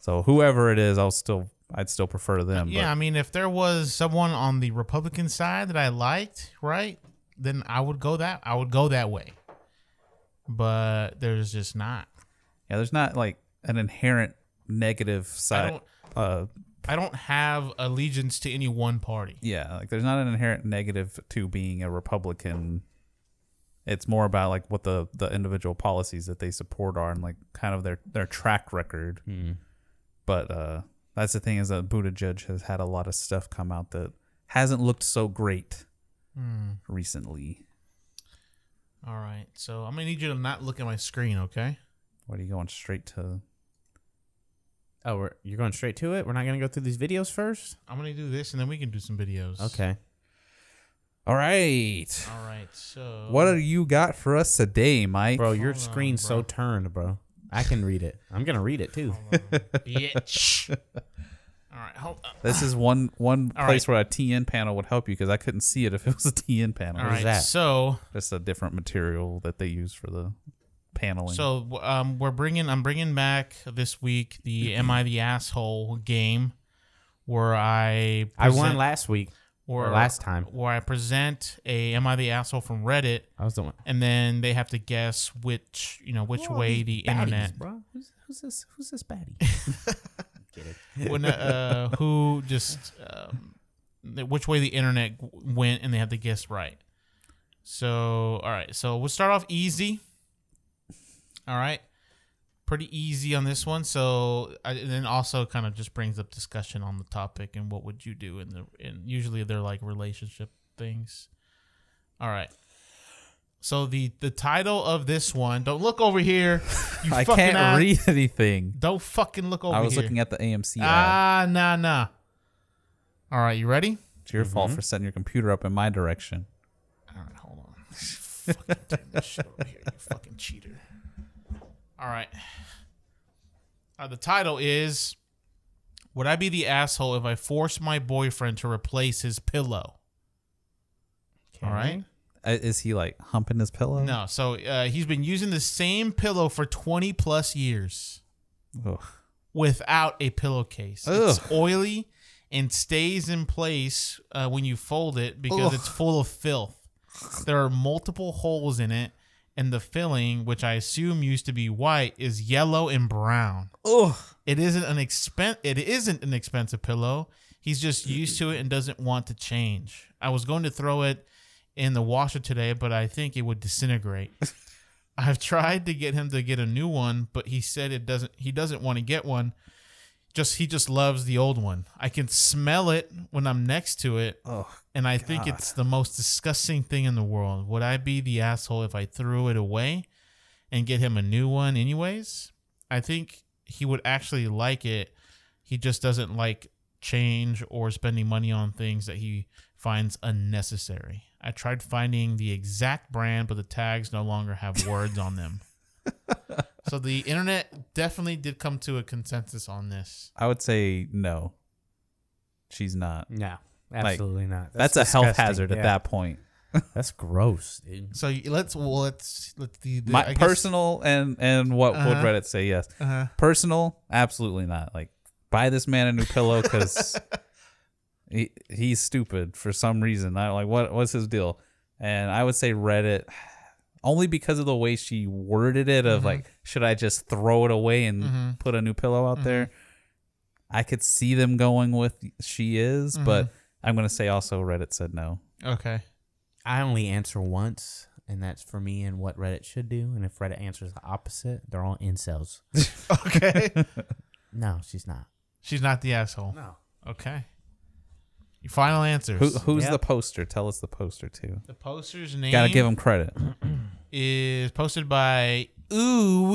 Speaker 1: So whoever it is, I'll still I'd still prefer them.
Speaker 3: yeah, I
Speaker 1: but
Speaker 3: mean, if there was someone on the Republican side that I liked, right, then I would go that I would go that way. But there's just not.
Speaker 1: yeah, there's not like an inherent negative
Speaker 3: I
Speaker 1: side.
Speaker 3: don't.
Speaker 1: Uh,
Speaker 3: I don't have allegiance to any one party.
Speaker 1: yeah, like there's not an inherent negative to being a Republican. It's more about like what the the individual policies that they support are and like kind of their their track record.
Speaker 3: Mm-hmm.
Speaker 1: But uh that's the thing is that Buttigieg has had a lot of stuff come out that hasn't looked so great recently.
Speaker 3: All right, so I'm gonna need you to not look at my screen, okay?
Speaker 1: What are you going straight to?
Speaker 4: Oh, we're, you're going straight to it. We're not going to go through these videos first.
Speaker 3: I'm gonna do this, and then we can do some videos.
Speaker 4: Okay.
Speaker 1: All right.
Speaker 3: All right. So
Speaker 1: What do you got for us today, Mike?
Speaker 4: Bro, your
Speaker 3: Hold on,
Speaker 4: screen's
Speaker 3: bro.
Speaker 4: so turned, bro. I can read it. I'm going to read it too.
Speaker 3: bitch. All right, hold up.
Speaker 1: This is one one
Speaker 3: All
Speaker 1: place
Speaker 3: right.
Speaker 1: where a TN panel would help you because I couldn't see it if it was a TN panel.
Speaker 3: All right,
Speaker 4: that?
Speaker 3: so
Speaker 1: That's a different material that they use for the paneling.
Speaker 3: so um, we're bringing I'm bringing back this week the Am I the Asshole game, where I
Speaker 4: I won
Speaker 3: present-
Speaker 4: last week.
Speaker 3: where-
Speaker 4: last time.
Speaker 3: where I present a Am I the Asshole from Reddit,
Speaker 4: I was the one.
Speaker 3: and then they have to guess which you know which way the internet
Speaker 4: bro. Who's, who's this? Who's this baddie?
Speaker 3: when, uh, who just um, the- which way the internet w- went, and they have to guess right. So, all right. So we'll start off easy. All right, pretty easy on this one. So, I, and then also kind of just brings up discussion on the topic and what would you do in the and usually they're like relationship things. All right. So the the title of this one. Don't look over here. You
Speaker 1: I
Speaker 3: fucking
Speaker 1: can't
Speaker 3: ass-
Speaker 1: read anything.
Speaker 3: Don't fucking look over here.
Speaker 1: I was looking at the AMC. ad.
Speaker 3: Ah, nah, nah. All right, you ready?
Speaker 1: It's your
Speaker 3: Mm-hmm.
Speaker 1: fault for setting your computer up in my direction.
Speaker 3: All right, hold on. fucking turn this shit over here, you fucking cheater. All right. Uh, the title is Would I be the asshole if I forced my boyfriend to replace his pillow? All right.
Speaker 1: Uh, Is he like humping his pillow?
Speaker 3: No, so uh, he's been using the same pillow for 20 plus years.
Speaker 1: Ugh.
Speaker 3: without a pillowcase. It's oily and stays in place uh, when you fold it because it's full of filth. There are multiple holes in it, and the filling, which I assume used to be white, is yellow and brown. It isn't an expen- It isn't an expensive pillow. He's just used to it and doesn't want to change. I was going to throw it in the washer today, but I think it would disintegrate. I've tried to get him to get a new one, but he said it doesn't. He doesn't want to get one. Just he just loves the old one. I can smell it when I'm next to it, and I think it's the most disgusting thing in the world. Would I be the asshole if I threw it away and get him a new one, anyways? I think he would actually like it. He just doesn't like change or spending money on things that he finds unnecessary. I tried finding the exact brand, but the tags no longer have words on them. So the internet definitely did come to a consensus on this.
Speaker 1: I would say no. She's not.
Speaker 4: No, absolutely not.
Speaker 1: That's, a health
Speaker 4: disgusting.
Speaker 1: hazard
Speaker 4: Yeah.
Speaker 1: at that point.
Speaker 4: That's gross, dude.
Speaker 3: So y- let's well, let's let's the, the
Speaker 1: My
Speaker 3: I guess-
Speaker 1: personal and and what would
Speaker 3: Uh-huh.
Speaker 1: Reddit say? Yes.
Speaker 3: Uh-huh.
Speaker 1: Personal, absolutely not. Like buy this man a new pillow because he, he's stupid for some reason. I like what what's his deal? And I would say Reddit only because of the way she worded it of like
Speaker 3: Mm-hmm.
Speaker 1: should I just throw it away and put a new pillow out
Speaker 3: Mm-hmm.
Speaker 1: there? I could see them going with she is,
Speaker 3: Mm-hmm.
Speaker 1: but I'm gonna say also Reddit said no.
Speaker 3: Okay.
Speaker 4: I only answer once, and that's for me and what Reddit should do. And if Reddit answers the opposite, they're all incels.
Speaker 3: Okay.
Speaker 4: no, she's not.
Speaker 3: She's not the asshole.
Speaker 4: No.
Speaker 3: Okay. Your final answers.
Speaker 1: Who, who's
Speaker 4: Yeah.
Speaker 1: the poster? Tell us the poster too.
Speaker 3: the poster's name
Speaker 1: Gotta give him credit.
Speaker 3: is posted by Ooh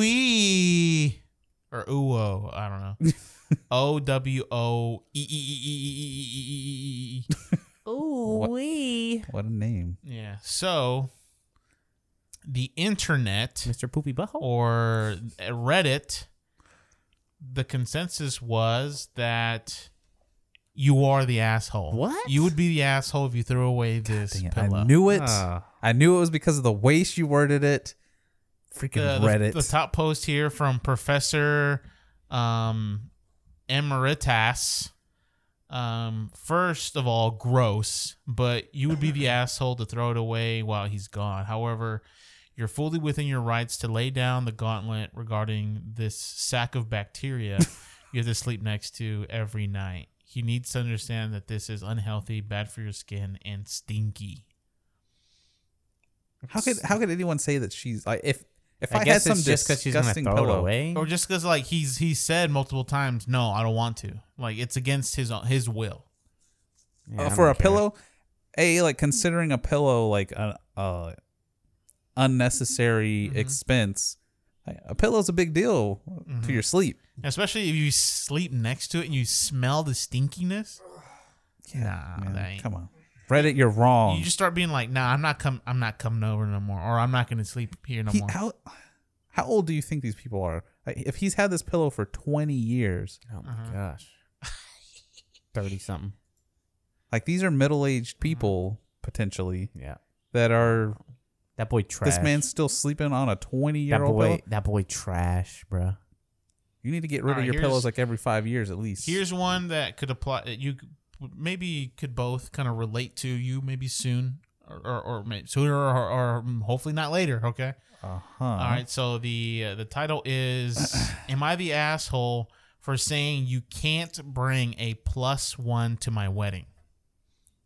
Speaker 3: or Uwo. I don't know. O W O E E E E E E E E E E.
Speaker 4: Ooh wee,
Speaker 1: What a name.
Speaker 3: Yeah. So the internet
Speaker 4: Mr. Poopy Butthole.
Speaker 3: or Reddit, the consensus was that you are the asshole.
Speaker 4: What?
Speaker 3: You would be the asshole if you threw away this
Speaker 1: Dang it,
Speaker 3: pillow.
Speaker 1: I knew it.
Speaker 4: Ah.
Speaker 1: I knew it was because of the way she worded it.
Speaker 3: the,
Speaker 1: Freaking
Speaker 3: the-
Speaker 1: Reddit.
Speaker 3: The, top post here from Professor um, Emeritus. Um, first of all, gross, but you would be the asshole to throw it away while he's gone. However, you're fully within your rights to lay down the gauntlet regarding this sack of bacteria you have to sleep next to every night. He needs to understand that this is unhealthy, bad for your skin, and stinky.
Speaker 1: how could how could anyone say that she's like if if
Speaker 4: I,
Speaker 1: I, had
Speaker 4: guess
Speaker 1: some
Speaker 4: it's just because she's gonna
Speaker 1: disgusting
Speaker 4: throw it
Speaker 1: pillow eh? Oh,
Speaker 4: away.
Speaker 3: or just because like he's he said multiple times no i don't want to like it's against his own his will
Speaker 4: Yeah,
Speaker 1: uh,
Speaker 4: I
Speaker 1: for
Speaker 4: don't care.
Speaker 1: a pillow, a like considering a pillow like an uh, unnecessary
Speaker 4: Mm-hmm.
Speaker 1: expense. like, A pillow's a big deal
Speaker 4: Mm-hmm.
Speaker 1: to your sleep.
Speaker 3: especially if you sleep next to it and you smell the stinkiness nah
Speaker 1: Man,
Speaker 3: that ain't-
Speaker 1: come on, Reddit, you're wrong.
Speaker 3: you just start being like nah i'm not com- i'm not coming over no more or i'm not gonna sleep here no
Speaker 1: He-
Speaker 3: more
Speaker 1: how how old do you think these people are? Like, if he's had this pillow for twenty years,
Speaker 4: Oh my gosh. thirty something.
Speaker 1: Like these are middle aged people potentially
Speaker 4: Yeah,
Speaker 1: that are.
Speaker 4: that boy trash.
Speaker 1: This man's still sleeping on a twenty
Speaker 4: that
Speaker 1: year old
Speaker 4: boy.
Speaker 1: pillow.
Speaker 4: That boy trash, bruh.
Speaker 1: You need to get rid
Speaker 3: All right,
Speaker 1: of your
Speaker 3: here's-
Speaker 1: pillows like every five years at least.
Speaker 3: Here's one that could apply. that You c- maybe could both kind of relate to you maybe soon or or, or maybe sooner or, or, mm, hopefully not later. Okay.
Speaker 1: uh-huh.
Speaker 3: All right. So the uh, the title is "Am I the asshole for saying you can't bring a plus one to my wedding?"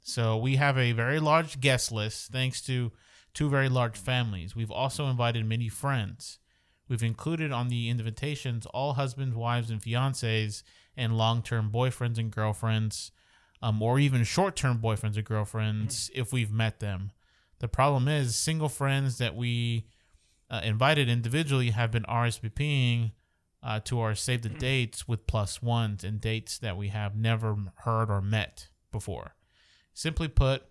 Speaker 3: So we have a very large guest list thanks to two very large families. We've also invited many friends. We've included on the invitations all husbands, wives, and fiancés, and long-term boyfriends and girlfriends, um, or even short-term boyfriends and girlfriends if we've met them. The problem is, single friends that we uh, invited individually have been RSVPing uh, to our save the dates with plus ones and dates that we have never heard or met before. Simply put,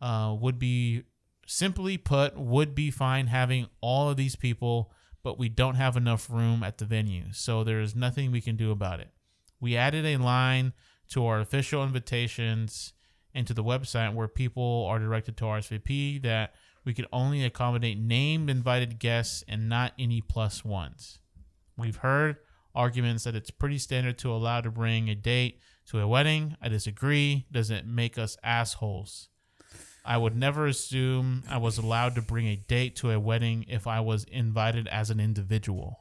Speaker 3: uh, would be simply put would be fine having all of these people, but we don't have enough room at the venue, so there is nothing we can do about it. We added a line to our official invitations and to the website where people are directed to RSVP that we could only accommodate named invited guests and not any plus ones. We've heard arguments that it's pretty standard to allow to bring a date to a wedding. I disagree. Doesn't make us assholes. I would never assume I was allowed to bring a date to a wedding if I was invited as an individual.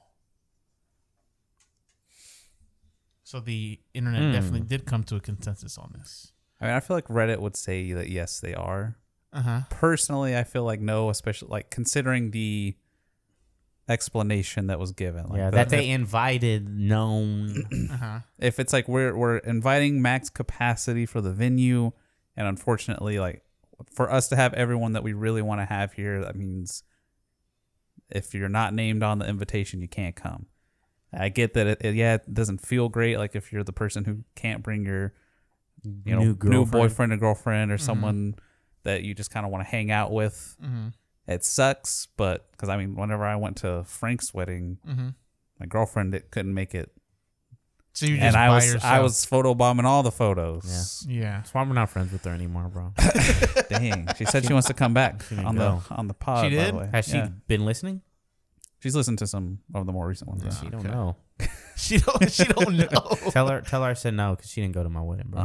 Speaker 3: So the internet definitely did come to a consensus on this.
Speaker 1: I mean, I feel like Reddit would say that yes, they are.
Speaker 3: Uh huh.
Speaker 1: Personally, I feel like no, especially like considering the explanation that was given. Like
Speaker 4: yeah,
Speaker 1: the-
Speaker 4: that they invited known.
Speaker 1: if it's like we're we're inviting max capacity for the venue, and unfortunately, like for us to have everyone that we really want to have here, that means if you're not named on the invitation, you can't come. I get that. It, it- yeah, it doesn't feel great. Like if you're the person who can't bring your you know
Speaker 4: New
Speaker 1: new,
Speaker 4: girlfriend.
Speaker 1: boyfriend or girlfriend
Speaker 3: Mm-hmm.
Speaker 1: or someone that you just kind of want to hang out with.
Speaker 3: Mm-hmm.
Speaker 1: It sucks, but because I mean, whenever I went to Frank's wedding, my girlfriend it couldn't make it
Speaker 3: Mm-hmm. So you just
Speaker 1: and I
Speaker 3: by
Speaker 1: was
Speaker 3: yourself.
Speaker 1: I was photobombing all the photos.
Speaker 3: yeah.
Speaker 4: That's why we're not friends with her anymore, bro.
Speaker 1: Dang, she said she wants to come back
Speaker 4: didn't
Speaker 1: on
Speaker 4: go.
Speaker 1: the on the pod.
Speaker 3: She
Speaker 1: By
Speaker 3: did?
Speaker 1: the way.
Speaker 4: Has she
Speaker 1: Yeah.
Speaker 4: been listening?
Speaker 1: She's listened to some of the more recent ones.
Speaker 4: She don't know.
Speaker 3: She don't. She don't know.
Speaker 4: Tell her. Tell her I said no because she didn't go to my wedding, bro.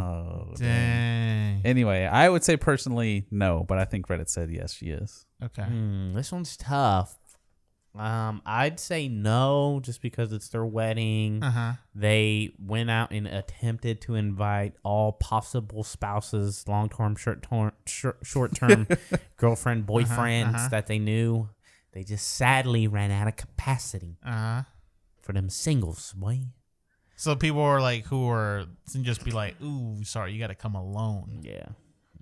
Speaker 1: Oh.
Speaker 3: Dang.
Speaker 1: Anyway, I would say personally no, but I think Reddit said yes, she is.
Speaker 3: Okay.
Speaker 4: Hmm, this one's tough. Um, I'd say no, just because it's their wedding.
Speaker 3: Uh
Speaker 1: Uh-huh.
Speaker 3: huh.
Speaker 4: They went out and attempted to invite all possible spouses, long term, short term, short term girlfriend,
Speaker 1: Uh-huh,
Speaker 4: boyfriends that they knew. They just sadly ran out of capacity
Speaker 3: Uh
Speaker 1: Uh-huh.
Speaker 3: huh.
Speaker 4: for them singles, boy.
Speaker 3: So people are like, who are and just be like, ooh, sorry, you got to come alone.
Speaker 4: Yeah,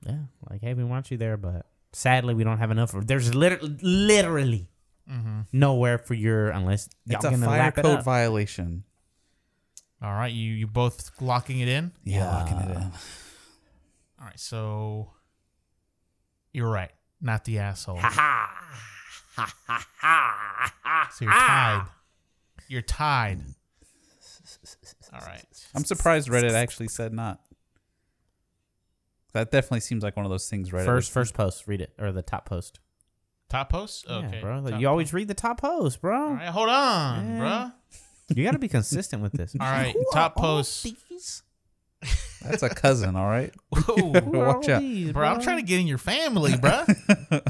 Speaker 4: yeah. Like, hey, we want you there, but sadly, we don't have enough. There's literally, literally nowhere for your unless y'all
Speaker 1: Mm-hmm. It's a
Speaker 4: gonna
Speaker 1: fire
Speaker 4: lap it
Speaker 1: code
Speaker 4: up.
Speaker 1: violation.
Speaker 3: All right, you you both locking it in.
Speaker 1: Yeah, locking it in.
Speaker 3: All right, so you're right, not the asshole. so you're tied. You're tied. All right.
Speaker 1: I'm surprised Reddit actually said not. That definitely seems like one of those things Reddit.
Speaker 4: First, first post, read it or the top post.
Speaker 3: Top post. Okay,
Speaker 4: yeah, bro. Like,
Speaker 3: top
Speaker 4: you always read the top post, bro.
Speaker 3: post. All right, hold on,
Speaker 4: Yeah.
Speaker 3: bro.
Speaker 4: You got to be consistent with this.
Speaker 3: All right,
Speaker 4: Who are
Speaker 3: top
Speaker 4: all
Speaker 3: post.
Speaker 4: These?
Speaker 1: That's a cousin, all right?
Speaker 3: Whoa,
Speaker 4: Who are
Speaker 1: Watch
Speaker 4: all
Speaker 1: out.
Speaker 4: these,
Speaker 3: bro, I'm trying to get in your family, bro.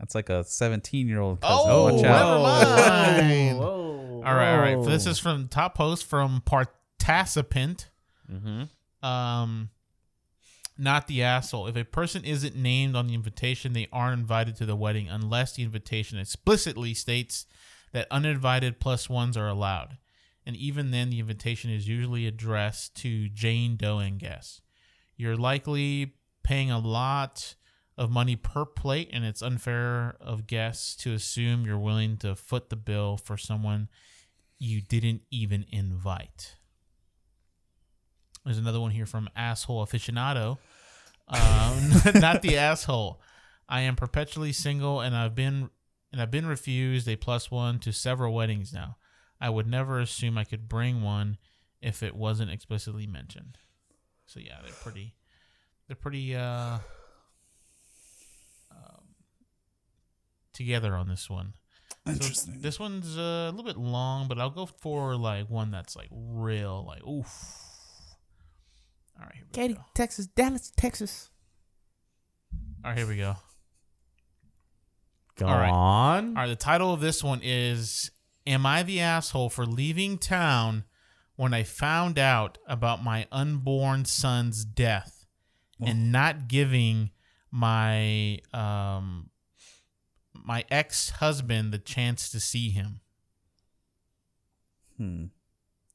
Speaker 1: That's like a 17 year old cousin.
Speaker 3: Oh,
Speaker 1: Watch
Speaker 3: never
Speaker 1: out.
Speaker 3: mind.
Speaker 4: Whoa.
Speaker 3: All right, all right. This is from top post from participant.
Speaker 4: Mm-hmm.
Speaker 3: Um, not the asshole. If a person isn't named on the invitation, they aren't invited to the wedding unless the invitation explicitly states that uninvited plus ones are allowed. And even then, the invitation is usually addressed to Jane Doe and guests. You're likely paying a lot of money per plate, and it's unfair of guests to assume you're willing to foot the bill for someone you didn't even invite. There's another one here from asshole aficionado. Um, not the asshole. I am perpetually single, and I've been and I've been refused a plus one to several weddings now. I would never assume I could bring one if it wasn't explicitly mentioned. So yeah, they're pretty. They're pretty. Uh, um, together on this one.
Speaker 11: Interesting.
Speaker 3: This one's uh, a little bit long, but I'll go for like one that's like real, like oof. All right, here we
Speaker 4: Katy,
Speaker 3: go.
Speaker 4: Texas, Dallas, Texas.
Speaker 3: All right, here we go.
Speaker 4: Go
Speaker 3: All right.
Speaker 4: on.
Speaker 3: All right, the title of this one is Am I the Asshole for Leaving Town When I Found Out About My Unborn Son's Death
Speaker 4: Oh.
Speaker 3: and Not Giving My um my ex husband the chance to see him.
Speaker 1: Hmm.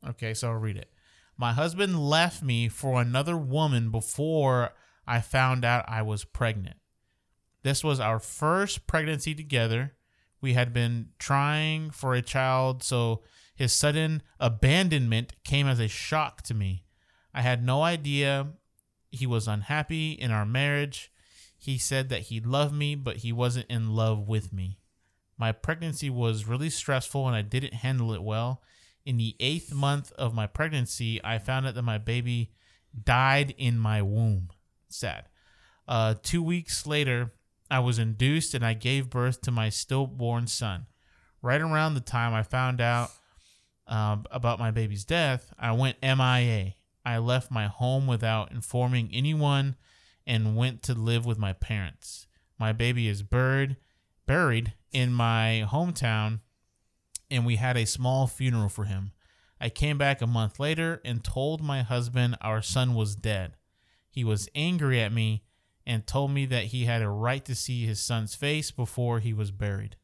Speaker 3: Okay, so I'll read it. My husband left me for another woman before I found out I was pregnant. This was our first pregnancy together. We had been trying for a child, so his sudden abandonment came as a shock to me. I had no idea he was unhappy in our marriage. He said that he loved me, but he wasn't in love with me. My pregnancy was really stressful and I didn't handle it well. In the eighth month of my pregnancy, I found out that my baby died in my womb. Sad. Uh, two weeks later, I was induced and I gave birth to my stillborn son. Right around the time I found out um, about my baby's death, I went MIA. I left my home without informing anyone and went to live with my parents. My baby is buried, buried in my hometown, and we had a small funeral for him. I came back a month later and told my husband our son was dead. He was angry at me and told me that he had a right to see his son's face before he was buried.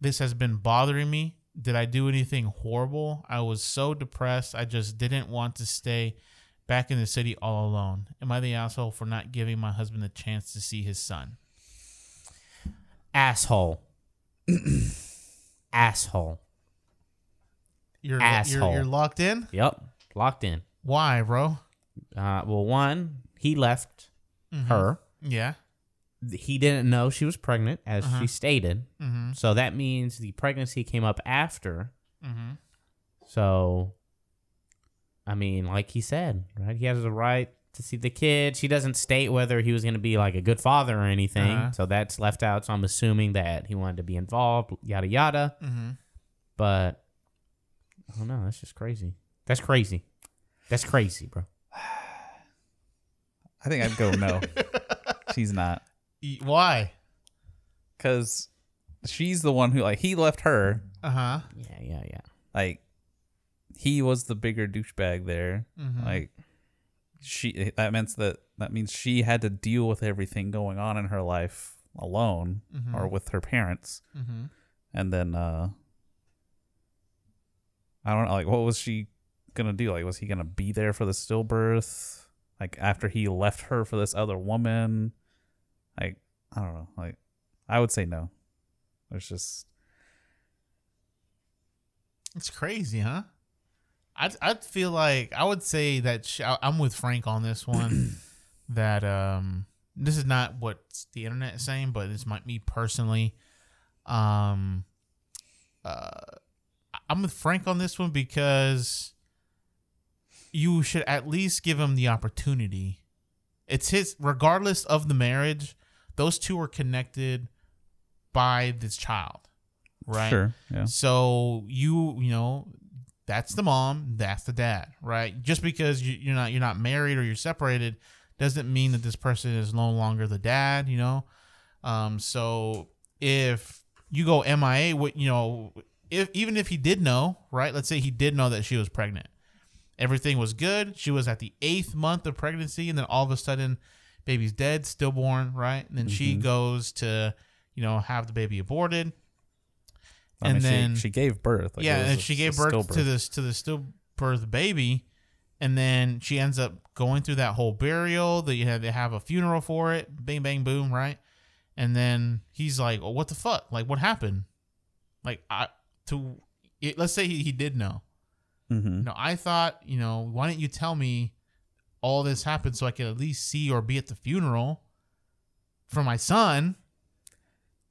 Speaker 3: This has been bothering me. Did I do anything horrible? I was so depressed. I just didn't want to stay back in the city all alone. Am I the asshole for not giving my husband the chance to see his son?
Speaker 4: Asshole. Asshole.
Speaker 3: You're
Speaker 4: Asshole.
Speaker 3: You're, you're locked in.
Speaker 4: Yep. Locked in.
Speaker 3: Why, bro?
Speaker 4: Uh, well, one, he left her.
Speaker 3: Yeah.
Speaker 4: He didn't know she was pregnant, as she stated. So that means the pregnancy came up after.
Speaker 3: Mm-hmm.
Speaker 4: So, I mean, like he said, right? He has the right to see the kid. She doesn't state whether he was going to be like a good father or anything.
Speaker 3: Uh-huh.
Speaker 4: So that's left out. So I'm assuming that he wanted to be involved, yada, yada.
Speaker 3: Mm-hmm.
Speaker 4: But I don't know. That's just crazy. That's crazy. That's crazy, bro.
Speaker 1: I think I'd go no. she's not.
Speaker 3: Why?
Speaker 1: Because she's the one who, like, he left her.
Speaker 3: Uh huh.
Speaker 4: Yeah, yeah, yeah.
Speaker 1: Like, he was the bigger douchebag there. Like, she, that meant that, that means she had to deal with everything going on in her life alone or with her parents.
Speaker 3: Mhm.
Speaker 1: And then, uh, I don't know, like, what was she gonna do? Like, was he gonna be there for the stillbirth? Like, after he left her for this other woman? Like, I don't know. Like, I would say no. There's just,
Speaker 3: It's crazy, huh? I I feel like I would say that sh- I- I'm with Frank on this one. that um, this is not what the internet is saying, but this might me personally. Um, uh, I- I'm with Frank on this one because you should at least give him the opportunity. It's his, regardless of the marriage. Those two are connected by this child, right?
Speaker 1: Sure. Yeah.
Speaker 3: So you you know that's the mom, that's the dad, right? Just because you, you're not you're not married or you're separated doesn't mean that this person is no longer the dad, you know. Um, so if you go MIA, what you know, if even if he did know, right? Let's say he did know that she was pregnant, everything was good. She was at the eighth month of pregnancy, and then all of a sudden, baby's dead, stillborn, right? And then she goes to, you know, have the baby aborted
Speaker 1: I
Speaker 3: And
Speaker 1: mean,
Speaker 3: then-
Speaker 1: she, she gave birth. Like, it
Speaker 3: yeah,
Speaker 1: was
Speaker 3: and
Speaker 1: a-
Speaker 3: she
Speaker 1: a
Speaker 3: gave birth to
Speaker 1: stillbirth.
Speaker 3: this to the stillbirth baby, and then she ends up going through that whole burial. That you have they have a funeral for it. Bing bang boom, right? And then he's like, "Oh, what the fuck? Like, what happened? Like, I to it, let's say he, he did know.
Speaker 1: Mhm.
Speaker 3: No, I thought, you know, why didn't you tell me all this happened so I could at least see or be at the funeral for my son,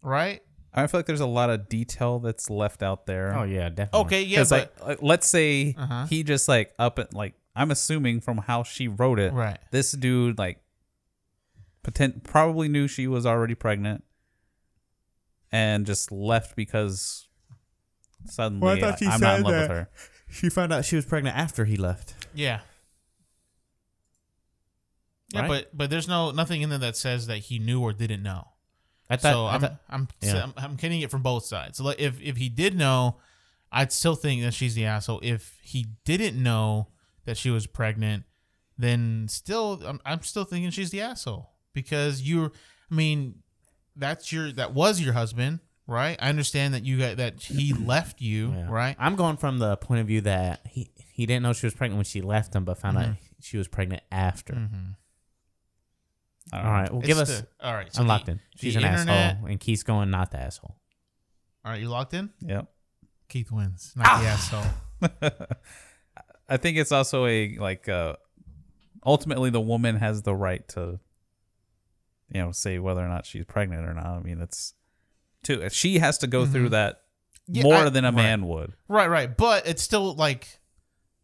Speaker 3: right?
Speaker 1: I feel like there's a lot of detail that's left out there.
Speaker 4: Oh yeah, definitely.
Speaker 3: Okay, yeah,
Speaker 1: Because
Speaker 3: but
Speaker 1: like, like, let's say
Speaker 3: Uh-huh.
Speaker 1: he just like up and like I'm assuming from how she wrote it,
Speaker 3: Right.
Speaker 1: This dude like, potent probably knew she was already pregnant, and just left because suddenly
Speaker 4: Well, I thought she
Speaker 1: I'm not
Speaker 4: said
Speaker 1: in love
Speaker 4: that.
Speaker 1: with her.
Speaker 4: She found out she was pregnant after he left.
Speaker 3: Yeah. Yeah,
Speaker 4: Right?
Speaker 3: but but there's no nothing in there that says that he knew or didn't know.
Speaker 4: I thought.
Speaker 3: so
Speaker 4: I
Speaker 3: I'm,
Speaker 4: thought-
Speaker 3: I'm,
Speaker 4: yeah.
Speaker 3: I'm I'm getting it from both sides. So like if if he did know, I'd still think that she's the asshole. If he didn't know that she was pregnant, then still I'm I'm still thinking she's the asshole because you I mean that's your that was your husband, right? I understand that you got that he left you,
Speaker 4: yeah.
Speaker 3: right?
Speaker 4: I'm going from the point of view that he he didn't know she was pregnant when she left him, but found out
Speaker 3: Mm-hmm.
Speaker 4: she was pregnant after. All right. Well,
Speaker 3: It's
Speaker 4: give us.
Speaker 3: the- all right.
Speaker 4: I'm locked
Speaker 3: the-
Speaker 4: in.
Speaker 3: the
Speaker 4: She's an
Speaker 3: internet-
Speaker 4: asshole, and Keith's going not the asshole.
Speaker 3: All right, you locked in.
Speaker 1: Yep.
Speaker 3: Keith wins, not
Speaker 4: Ah.
Speaker 3: the asshole.
Speaker 1: I think it's also a like uh ultimately the woman has the right to you know say whether or not she's pregnant or not. I mean it's too she has to go through that
Speaker 3: Mm-hmm. Yeah,
Speaker 1: more
Speaker 3: I-
Speaker 1: than a
Speaker 3: right.
Speaker 1: man would.
Speaker 3: Right, right. But it's still like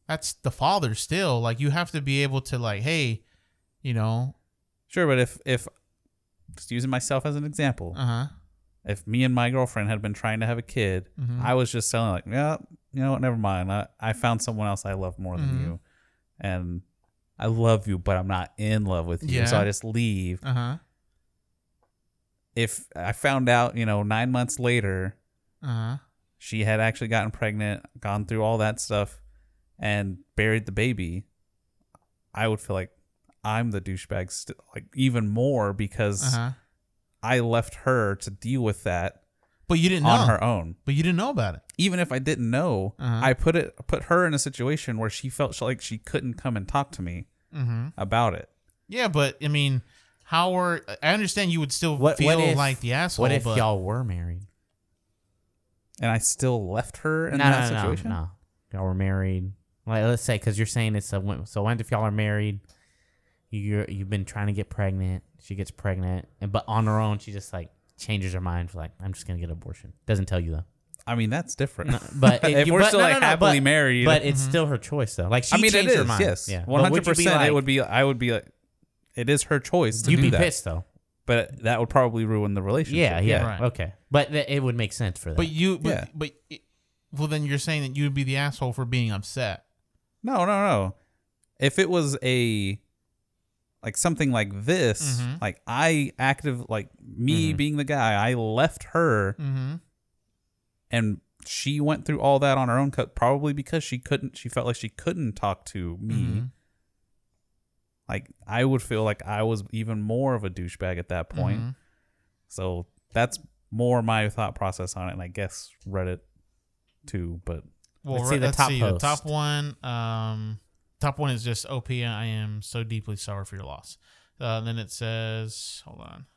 Speaker 3: that's the father still. Like you have to be able to like, hey, you know,
Speaker 1: Sure, but if if just using myself as an example,
Speaker 3: uh huh.
Speaker 1: if me and my girlfriend had been trying to have a kid,
Speaker 3: Mm-hmm.
Speaker 1: I was just selling like, yeah, you know what, never mind. I, I found someone else I love more
Speaker 3: Mm-hmm.
Speaker 1: than you. And I love you, but I'm not in love with you. So
Speaker 3: Yeah.
Speaker 1: I just leave.
Speaker 3: Uh huh.
Speaker 1: if I found out, you know, nine months later,
Speaker 3: Uh huh.
Speaker 1: she had actually gotten pregnant, gone through all that stuff, and buried the baby, I would feel like I'm the douchebag, st- like even more because
Speaker 3: Uh huh.
Speaker 1: I left her to deal with that
Speaker 3: But you didn't know.
Speaker 1: on her own.
Speaker 3: But you didn't know about it. Uh-huh.
Speaker 1: Even if I didn't know, I put it put her in a situation where she felt sh- like she couldn't come and talk to me
Speaker 3: Mm-hmm.
Speaker 1: about it.
Speaker 3: Yeah, but I mean, how are I understand you would still
Speaker 4: What
Speaker 3: feel
Speaker 4: what if,
Speaker 3: like the asshole.
Speaker 4: What if
Speaker 3: but,
Speaker 4: y'all were married?
Speaker 1: And I still left her in
Speaker 4: no,
Speaker 1: that
Speaker 4: no,
Speaker 1: situation.
Speaker 4: No, no. Y'all were married. Like, let's say, because you're saying it's a win- so. What if y'all are married? You you've been trying to get pregnant. She gets pregnant, and but on her own, she just like changes her mind. For like, I'm just gonna get an abortion. Doesn't tell you though.
Speaker 1: I mean, that's different.
Speaker 4: But it-
Speaker 1: if
Speaker 4: you-
Speaker 1: we're
Speaker 4: but-
Speaker 1: still
Speaker 4: no,
Speaker 1: like
Speaker 4: no, no,
Speaker 1: happily
Speaker 4: but-
Speaker 1: married,
Speaker 4: but it's still her choice though. Like she
Speaker 1: I mean, it
Speaker 4: changed
Speaker 1: is.
Speaker 4: her mind.
Speaker 1: Yes,
Speaker 4: yeah,
Speaker 1: one
Speaker 4: But
Speaker 1: hundred
Speaker 4: would you be
Speaker 1: percent.
Speaker 4: like-
Speaker 1: It would be. I would be like, it is her choice to
Speaker 4: You'd
Speaker 1: do
Speaker 4: be
Speaker 1: that,
Speaker 4: pissed though.
Speaker 1: but that would probably ruin the relationship.
Speaker 4: Yeah, yeah,
Speaker 3: Right.
Speaker 4: okay. But th- it would make sense for that.
Speaker 3: But you, but,
Speaker 1: Yeah.
Speaker 3: but it- well, then you're saying that you would be the asshole for being upset.
Speaker 1: No, no, no. If it was a like something like this,
Speaker 4: Mm-hmm.
Speaker 1: like I active, like me being the guy, I left her,
Speaker 4: Mm-hmm.
Speaker 1: and she went through all that on her own, co- probably because she couldn't. She felt like she couldn't talk to me.
Speaker 3: Mm-hmm.
Speaker 1: Like I would feel like I was even more of a douchebag at that point.
Speaker 3: Mm-hmm.
Speaker 1: So that's more my thought process on it, and I guess Reddit too. But
Speaker 3: Well,
Speaker 4: Let's
Speaker 3: let's
Speaker 4: see
Speaker 3: see
Speaker 4: the
Speaker 3: let's
Speaker 4: top
Speaker 3: see.
Speaker 4: post.
Speaker 3: The top one, um, top one is just OP. I am so deeply sorry for your loss. Uh, then it says, hold on.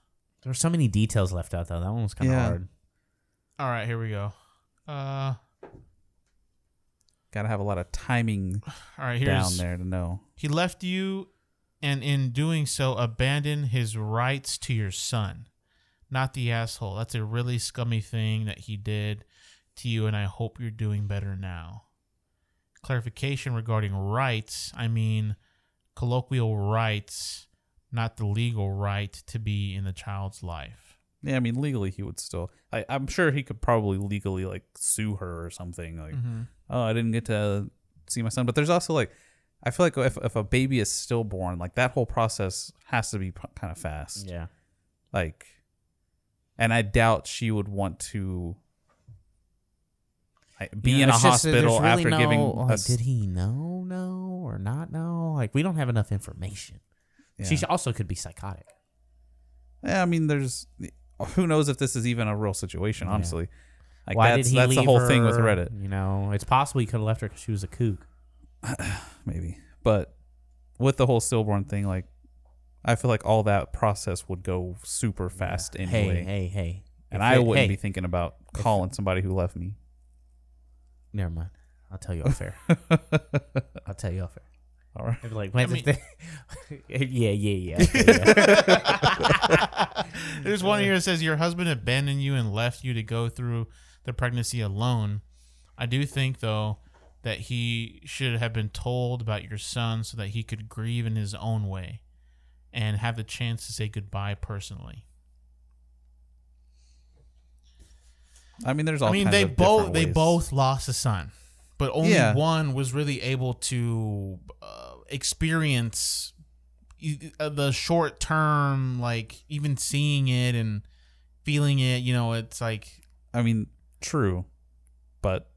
Speaker 4: there were so many details left out though. That one was kind of
Speaker 1: Yeah.
Speaker 4: hard.
Speaker 3: All right, here we go. Uh,
Speaker 1: gotta have a lot of timing
Speaker 3: all right,
Speaker 1: down
Speaker 3: here's
Speaker 1: there to know.
Speaker 3: he left you, and in doing so, abandoned his rights to your son. Not the asshole. That's a really scummy thing that he did to you, and I hope you're doing better now. Clarification regarding rights. I mean, colloquial rights, not the legal right to be in the child's life.
Speaker 1: Yeah, I mean legally he would still. I, I'm sure he could probably legally like sue her or something. Like,
Speaker 4: Mm-hmm.
Speaker 1: oh, I didn't get to see my son. But there's also like, I feel like if if a baby is stillborn, like that whole process has to be p- kind of fast.
Speaker 4: Yeah.
Speaker 1: Like, and I doubt she would want to like, be
Speaker 4: You know,
Speaker 1: in a
Speaker 4: it's just that there's
Speaker 1: hospital
Speaker 4: really
Speaker 1: after
Speaker 4: no,
Speaker 1: giving.
Speaker 4: Like,
Speaker 1: a s-
Speaker 4: did he know? No or not? No. Like we don't have enough information. She
Speaker 1: Yeah.
Speaker 4: also could be psychotic.
Speaker 1: Yeah, I mean, there's who knows if this is even a real situation. Honestly, like
Speaker 4: Why
Speaker 1: that's
Speaker 4: did he
Speaker 1: that's the
Speaker 4: leave
Speaker 1: whole thing with
Speaker 4: her?
Speaker 1: Reddit.
Speaker 4: You know, it's possible he could have left her because she was a kook.
Speaker 1: maybe. But with the whole stillborn thing, like I feel like all that process would go super fast anyway.
Speaker 4: Hey, hey, hey.
Speaker 1: and
Speaker 4: If
Speaker 1: I
Speaker 4: it-
Speaker 1: wouldn't
Speaker 4: hey,
Speaker 1: be thinking about calling somebody who left me.
Speaker 4: Never mind. I'll tell you off air. I'll tell you off air.
Speaker 1: All right.
Speaker 4: I'd be like, when's the yeah, yeah, yeah. yeah.
Speaker 3: There's one here that says your husband abandoned you and left you to go through the pregnancy alone. I do think though that he should have been told about your son so that he could grieve in his own way and have the chance to say goodbye personally.
Speaker 1: I mean, there's all.
Speaker 3: I mean,
Speaker 1: kinds
Speaker 3: they
Speaker 1: of
Speaker 3: both
Speaker 1: different
Speaker 3: they
Speaker 1: ways.
Speaker 3: both lost a son, but only
Speaker 1: Yeah.
Speaker 3: one was really able to uh, experience e- uh, the short term, like even seeing it and feeling it. You know, it's like
Speaker 1: I mean, true, but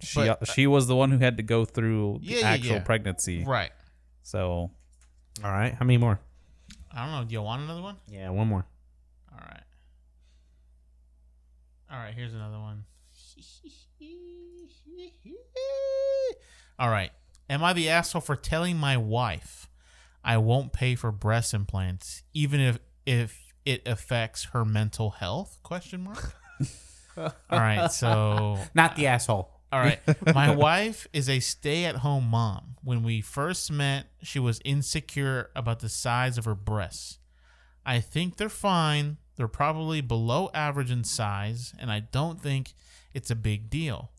Speaker 1: she uh,
Speaker 3: But,
Speaker 1: she was the one who had to go through the
Speaker 3: Yeah, yeah,
Speaker 1: actual
Speaker 3: yeah.
Speaker 1: pregnancy,
Speaker 3: right.
Speaker 1: So
Speaker 4: All right. How many more?
Speaker 3: I don't know. Do you want another one?
Speaker 4: Yeah, one more.
Speaker 3: All right. All right, here's another one. All right. Am I the asshole for telling my wife I won't pay for breast implants even if if it affects her mental health? Question mark. All right, so
Speaker 4: Not the asshole.
Speaker 3: all right. My wife is a stay at home mom. When we first met, she was insecure about the size of her breasts. I think they're fine. They're probably below average in size, and I don't think it's a big deal.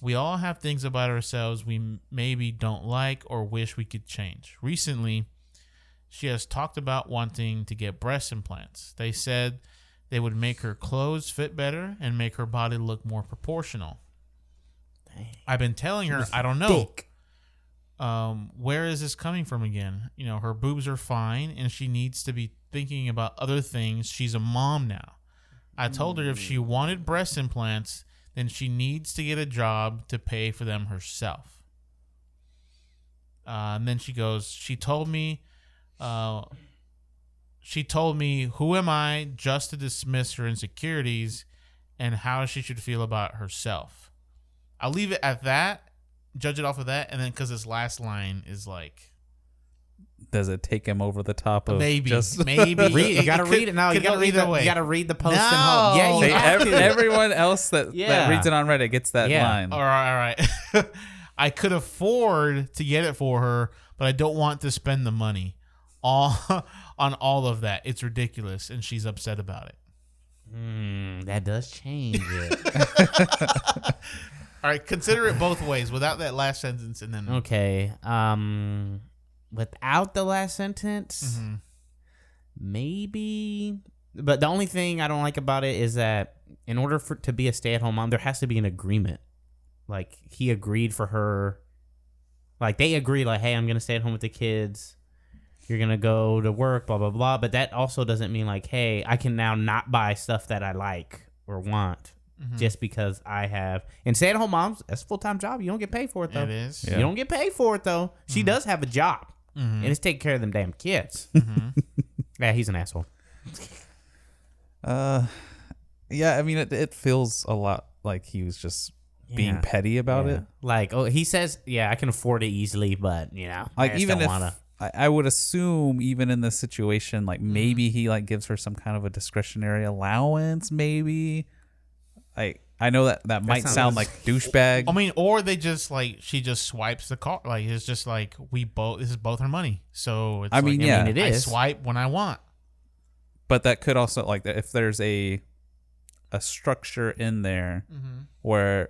Speaker 3: We all have things about ourselves we m- maybe don't like or wish we could change. Recently, she has talked about wanting to get breast implants. They said they would make her clothes fit better and make her body look more proportional. I've been telling her, I don't know. Um, where is this coming from again? You know, her boobs are fine and she needs to be thinking about other things. She's a mom now. I told her if she wanted breast implants, then she needs to get a job to pay for them herself. Uh, and then she goes, she told me, uh, she told me, who am I just to dismiss her insecurities and how she should feel about herself. I'll leave it at that. Judge it off of that, and then because this last line is like
Speaker 1: does it take him over the top of
Speaker 3: maybe,
Speaker 1: just
Speaker 3: maybe
Speaker 4: Read, you gotta
Speaker 3: could-
Speaker 4: read it now. You
Speaker 3: could
Speaker 4: gotta
Speaker 3: go
Speaker 4: read
Speaker 3: either
Speaker 4: the,
Speaker 3: way.
Speaker 4: You gotta read the post
Speaker 3: No.
Speaker 4: and home. Yeah, you
Speaker 1: They-
Speaker 4: have
Speaker 1: ev-
Speaker 4: to.
Speaker 1: everyone else that,
Speaker 4: Yeah.
Speaker 1: that reads it on Reddit gets that
Speaker 4: Yeah.
Speaker 1: line.
Speaker 3: All right, all right. I could afford to get it for her, but I don't want to spend the money all on all of that. It's ridiculous, and she's upset about it. Hmm,
Speaker 4: Mm, that does change it.
Speaker 3: All right, consider it both ways without that last sentence, and then
Speaker 4: okay. Um, without the last sentence, maybe. But the only thing I don't like about it is that in order for to be a stay at home mom, there has to be an agreement. Like he agreed for her. Like they agreed, like, hey, I'm gonna stay at home with the kids. You're gonna go to work, blah blah blah. But that also doesn't mean like, hey, I can now not buy stuff that I like or want just because I have. And stay at home moms, that's a full time job. You don't get paid for it though.
Speaker 3: it is. Mm-hmm.
Speaker 1: Yeah.
Speaker 4: You don't get paid for it though. She does have a job, and it's taking care of them damn kids.
Speaker 3: Mm-hmm.
Speaker 4: yeah, he's an asshole.
Speaker 1: Uh, yeah, I mean, it, it feels a lot like he was just being
Speaker 4: Yeah.
Speaker 1: petty about it.
Speaker 4: Like, oh, he says, yeah, I can afford it easily, but you know, I
Speaker 1: Like,
Speaker 4: just
Speaker 1: even
Speaker 4: don't
Speaker 1: if
Speaker 4: wanna.
Speaker 1: I, I would assume, even in this situation, like maybe he like gives her some kind of a discretionary allowance. Maybe, I I know that that, might
Speaker 4: sounds-
Speaker 1: sound like douchebag.
Speaker 3: I mean, or they just like she just swipes the card. Like it's just like we both. This is both her money, so it's
Speaker 1: I
Speaker 3: like,
Speaker 1: mean, yeah.
Speaker 4: it
Speaker 3: I
Speaker 4: is.
Speaker 3: swipe when I want.
Speaker 1: but that could also like if there's a a structure in there where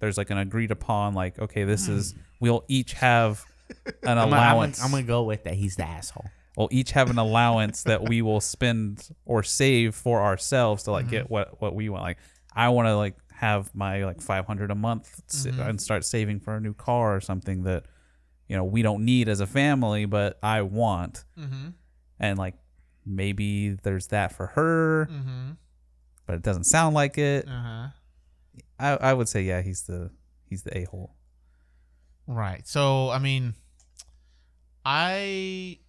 Speaker 1: there's like an agreed upon like okay this is we'll each have an
Speaker 4: I'm gonna, I'm, gonna,
Speaker 1: allowance
Speaker 4: I'm gonna go with that. He's the asshole.
Speaker 1: we'll each have an allowance that we will spend or save for ourselves to like
Speaker 3: Mm-hmm.
Speaker 1: get what what we want like i want to like have my like 500 a month s-
Speaker 3: Mm-hmm.
Speaker 1: and start saving for a new car or something that you know we don't need as a family but i want
Speaker 3: Mm-hmm.
Speaker 1: and like maybe there's that for her but it doesn't sound like it
Speaker 3: Mm-hmm. Uh-huh.
Speaker 1: I, I would say yeah he's the he's the a-hole
Speaker 3: Right. So I mean, I,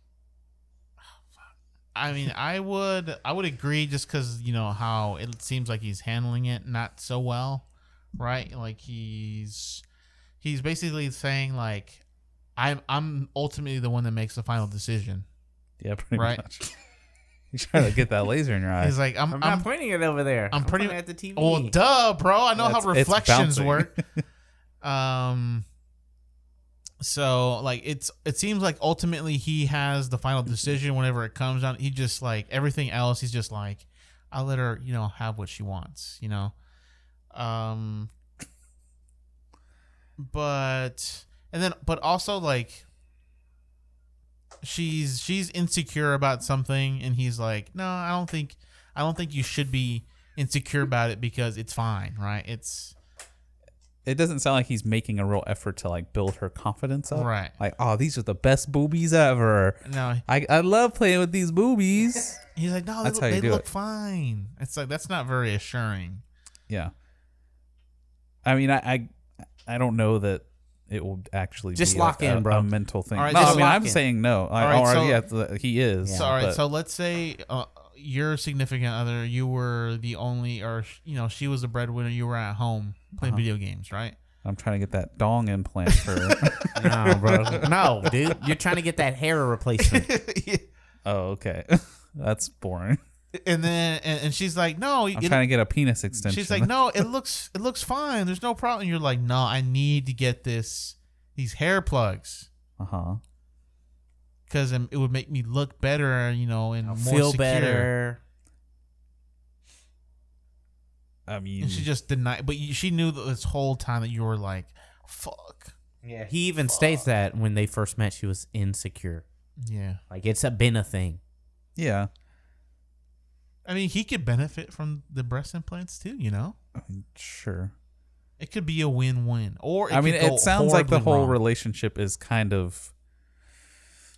Speaker 3: I mean, I would, I would agree just because you know how it seems like he's handling it not so well, right? Like he's, he's basically saying like, I'm, I'm ultimately the one that makes the final decision.
Speaker 1: yeah pretty
Speaker 3: Right.
Speaker 1: much he's trying to get that laser in your eye
Speaker 3: He's like, I'm,
Speaker 4: I'm,
Speaker 3: I'm,
Speaker 4: not pointing it over there.
Speaker 3: I'm pretty
Speaker 4: pointing at the TV.
Speaker 3: Well, duh, bro. I know
Speaker 1: It's-
Speaker 3: how
Speaker 1: it's
Speaker 3: reflections
Speaker 1: bouncing.
Speaker 3: work. um, so like it's it seems like ultimately he has the final decision whenever it comes down. He just like everything else. He's just like, I'll let her, you know, have what she wants. You know, um, but and then but also like she's she's insecure about something and he's like no i don't think i don't think you should be insecure about it because it's fine right it's
Speaker 1: It doesn't sound like he's making a real effort to like build her confidence up.
Speaker 3: Right.
Speaker 1: Like, oh, these are the best boobies ever.
Speaker 3: No.
Speaker 1: I, I love playing with these boobies.
Speaker 3: he's like no
Speaker 1: That's
Speaker 3: they,
Speaker 1: how
Speaker 3: they
Speaker 1: you do
Speaker 3: look
Speaker 1: it.
Speaker 3: fine it's like that's not very assuring
Speaker 1: yeah. I mean, I, I I don't know that it will actually
Speaker 4: Just
Speaker 1: be
Speaker 4: lock
Speaker 1: like
Speaker 4: in,
Speaker 1: a,
Speaker 4: bro.
Speaker 1: a mental thing.
Speaker 3: All right,
Speaker 1: no,
Speaker 3: just
Speaker 1: I mean,
Speaker 4: lock
Speaker 1: I'm
Speaker 4: in.
Speaker 1: saying no. I,
Speaker 3: All right,
Speaker 1: or,
Speaker 3: so-
Speaker 1: yeah, th- he is.
Speaker 3: So, all right.
Speaker 1: but-
Speaker 3: So let's say uh, your significant other, you were the only, or sh- you know, she was the breadwinner. You were at home
Speaker 1: Uh-huh.
Speaker 3: playing video games, right?
Speaker 1: I'm trying to get that dong implant for.
Speaker 4: No, bro. No, dude. You're trying to get that hair replacement.
Speaker 1: oh, okay. That's boring.
Speaker 3: And then, and, and she's like, "No,"
Speaker 1: I'm
Speaker 3: it-
Speaker 1: trying to get a penis extension.
Speaker 3: she's like, "No, it looks, it looks fine. There's no problem." You're like, "No, I need to get this, these hair plugs,
Speaker 1: Uh huh.
Speaker 3: because it would make me look better, you know, and more
Speaker 4: Feel
Speaker 3: secure.
Speaker 4: better.
Speaker 1: I mean,
Speaker 3: And she just denied, but you, she knew that this whole time that you were like, "Fuck,
Speaker 4: Yeah. He even states that when they first met, she was insecure.
Speaker 3: yeah."
Speaker 4: Like it's a, been a thing.
Speaker 1: yeah.
Speaker 3: I mean, he could benefit from the breast implants too, you know.
Speaker 1: Sure.
Speaker 3: It could be a win-win, or it
Speaker 1: I mean,
Speaker 3: could go
Speaker 1: it sounds like the
Speaker 3: horribly
Speaker 1: whole
Speaker 3: wrong.
Speaker 1: relationship is kind of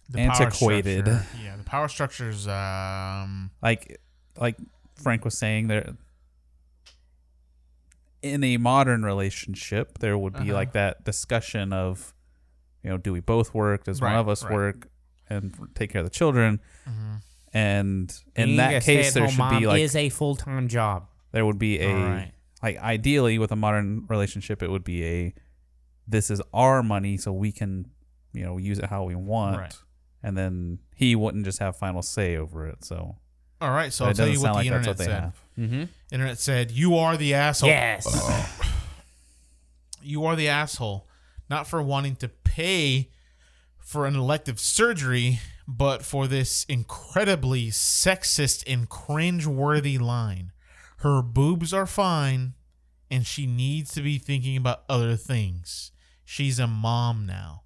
Speaker 3: The power
Speaker 1: antiquated.
Speaker 3: structure- Yeah, the power structure's um
Speaker 1: like, like Frank was saying there. In a modern relationship, there would be like that discussion of, you know, do we both work? Does
Speaker 3: Right,
Speaker 1: one of us
Speaker 3: right.
Speaker 1: work and take care of the children? And in
Speaker 4: Being a
Speaker 1: that case, there
Speaker 4: stay-at-home
Speaker 1: should be
Speaker 4: mom
Speaker 1: like
Speaker 4: is a full time job.
Speaker 1: there would be a
Speaker 3: Alright.
Speaker 1: like ideally with a modern relationship it would be a this is our money so we can you know use it how we want
Speaker 3: Right.
Speaker 1: and then he wouldn't just have final say over it so
Speaker 3: all right, so
Speaker 1: but
Speaker 3: I'll
Speaker 1: it
Speaker 3: tell
Speaker 1: doesn't
Speaker 3: you what the
Speaker 1: sound like
Speaker 3: internet
Speaker 1: that's what they
Speaker 3: said.
Speaker 1: have Mm-hmm.
Speaker 3: Internet said, "You are the asshole. Oh.
Speaker 4: Yes.
Speaker 3: You are the asshole, not for wanting to pay for an elective surgery, but for this incredibly sexist and cringe-worthy line. Her boobs are fine, and she needs to be thinking about other things. She's a mom now.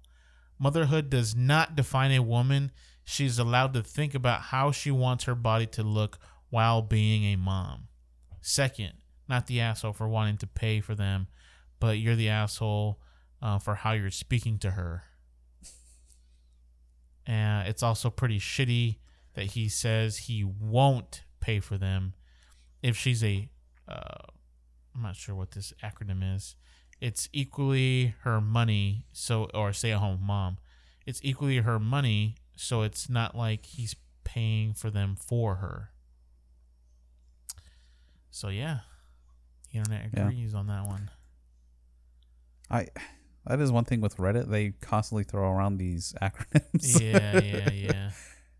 Speaker 3: Motherhood does not define a woman. She's allowed to think about how she wants her body to look while being a mom. Second, not the asshole for wanting to pay for them, but you're the asshole uh, for how you're speaking to her. And it's also pretty shitty that he says he won't pay for them if she's a. Uh, I'm not sure what this acronym is. It's equally her money, so or stay-at-home mom. It's equally her money, so it's not like he's paying for them for her. So yeah, the internet
Speaker 1: Yeah.
Speaker 3: agrees on that one.
Speaker 1: i that is one thing with reddit they constantly throw around these acronyms
Speaker 3: Yeah, yeah, yeah.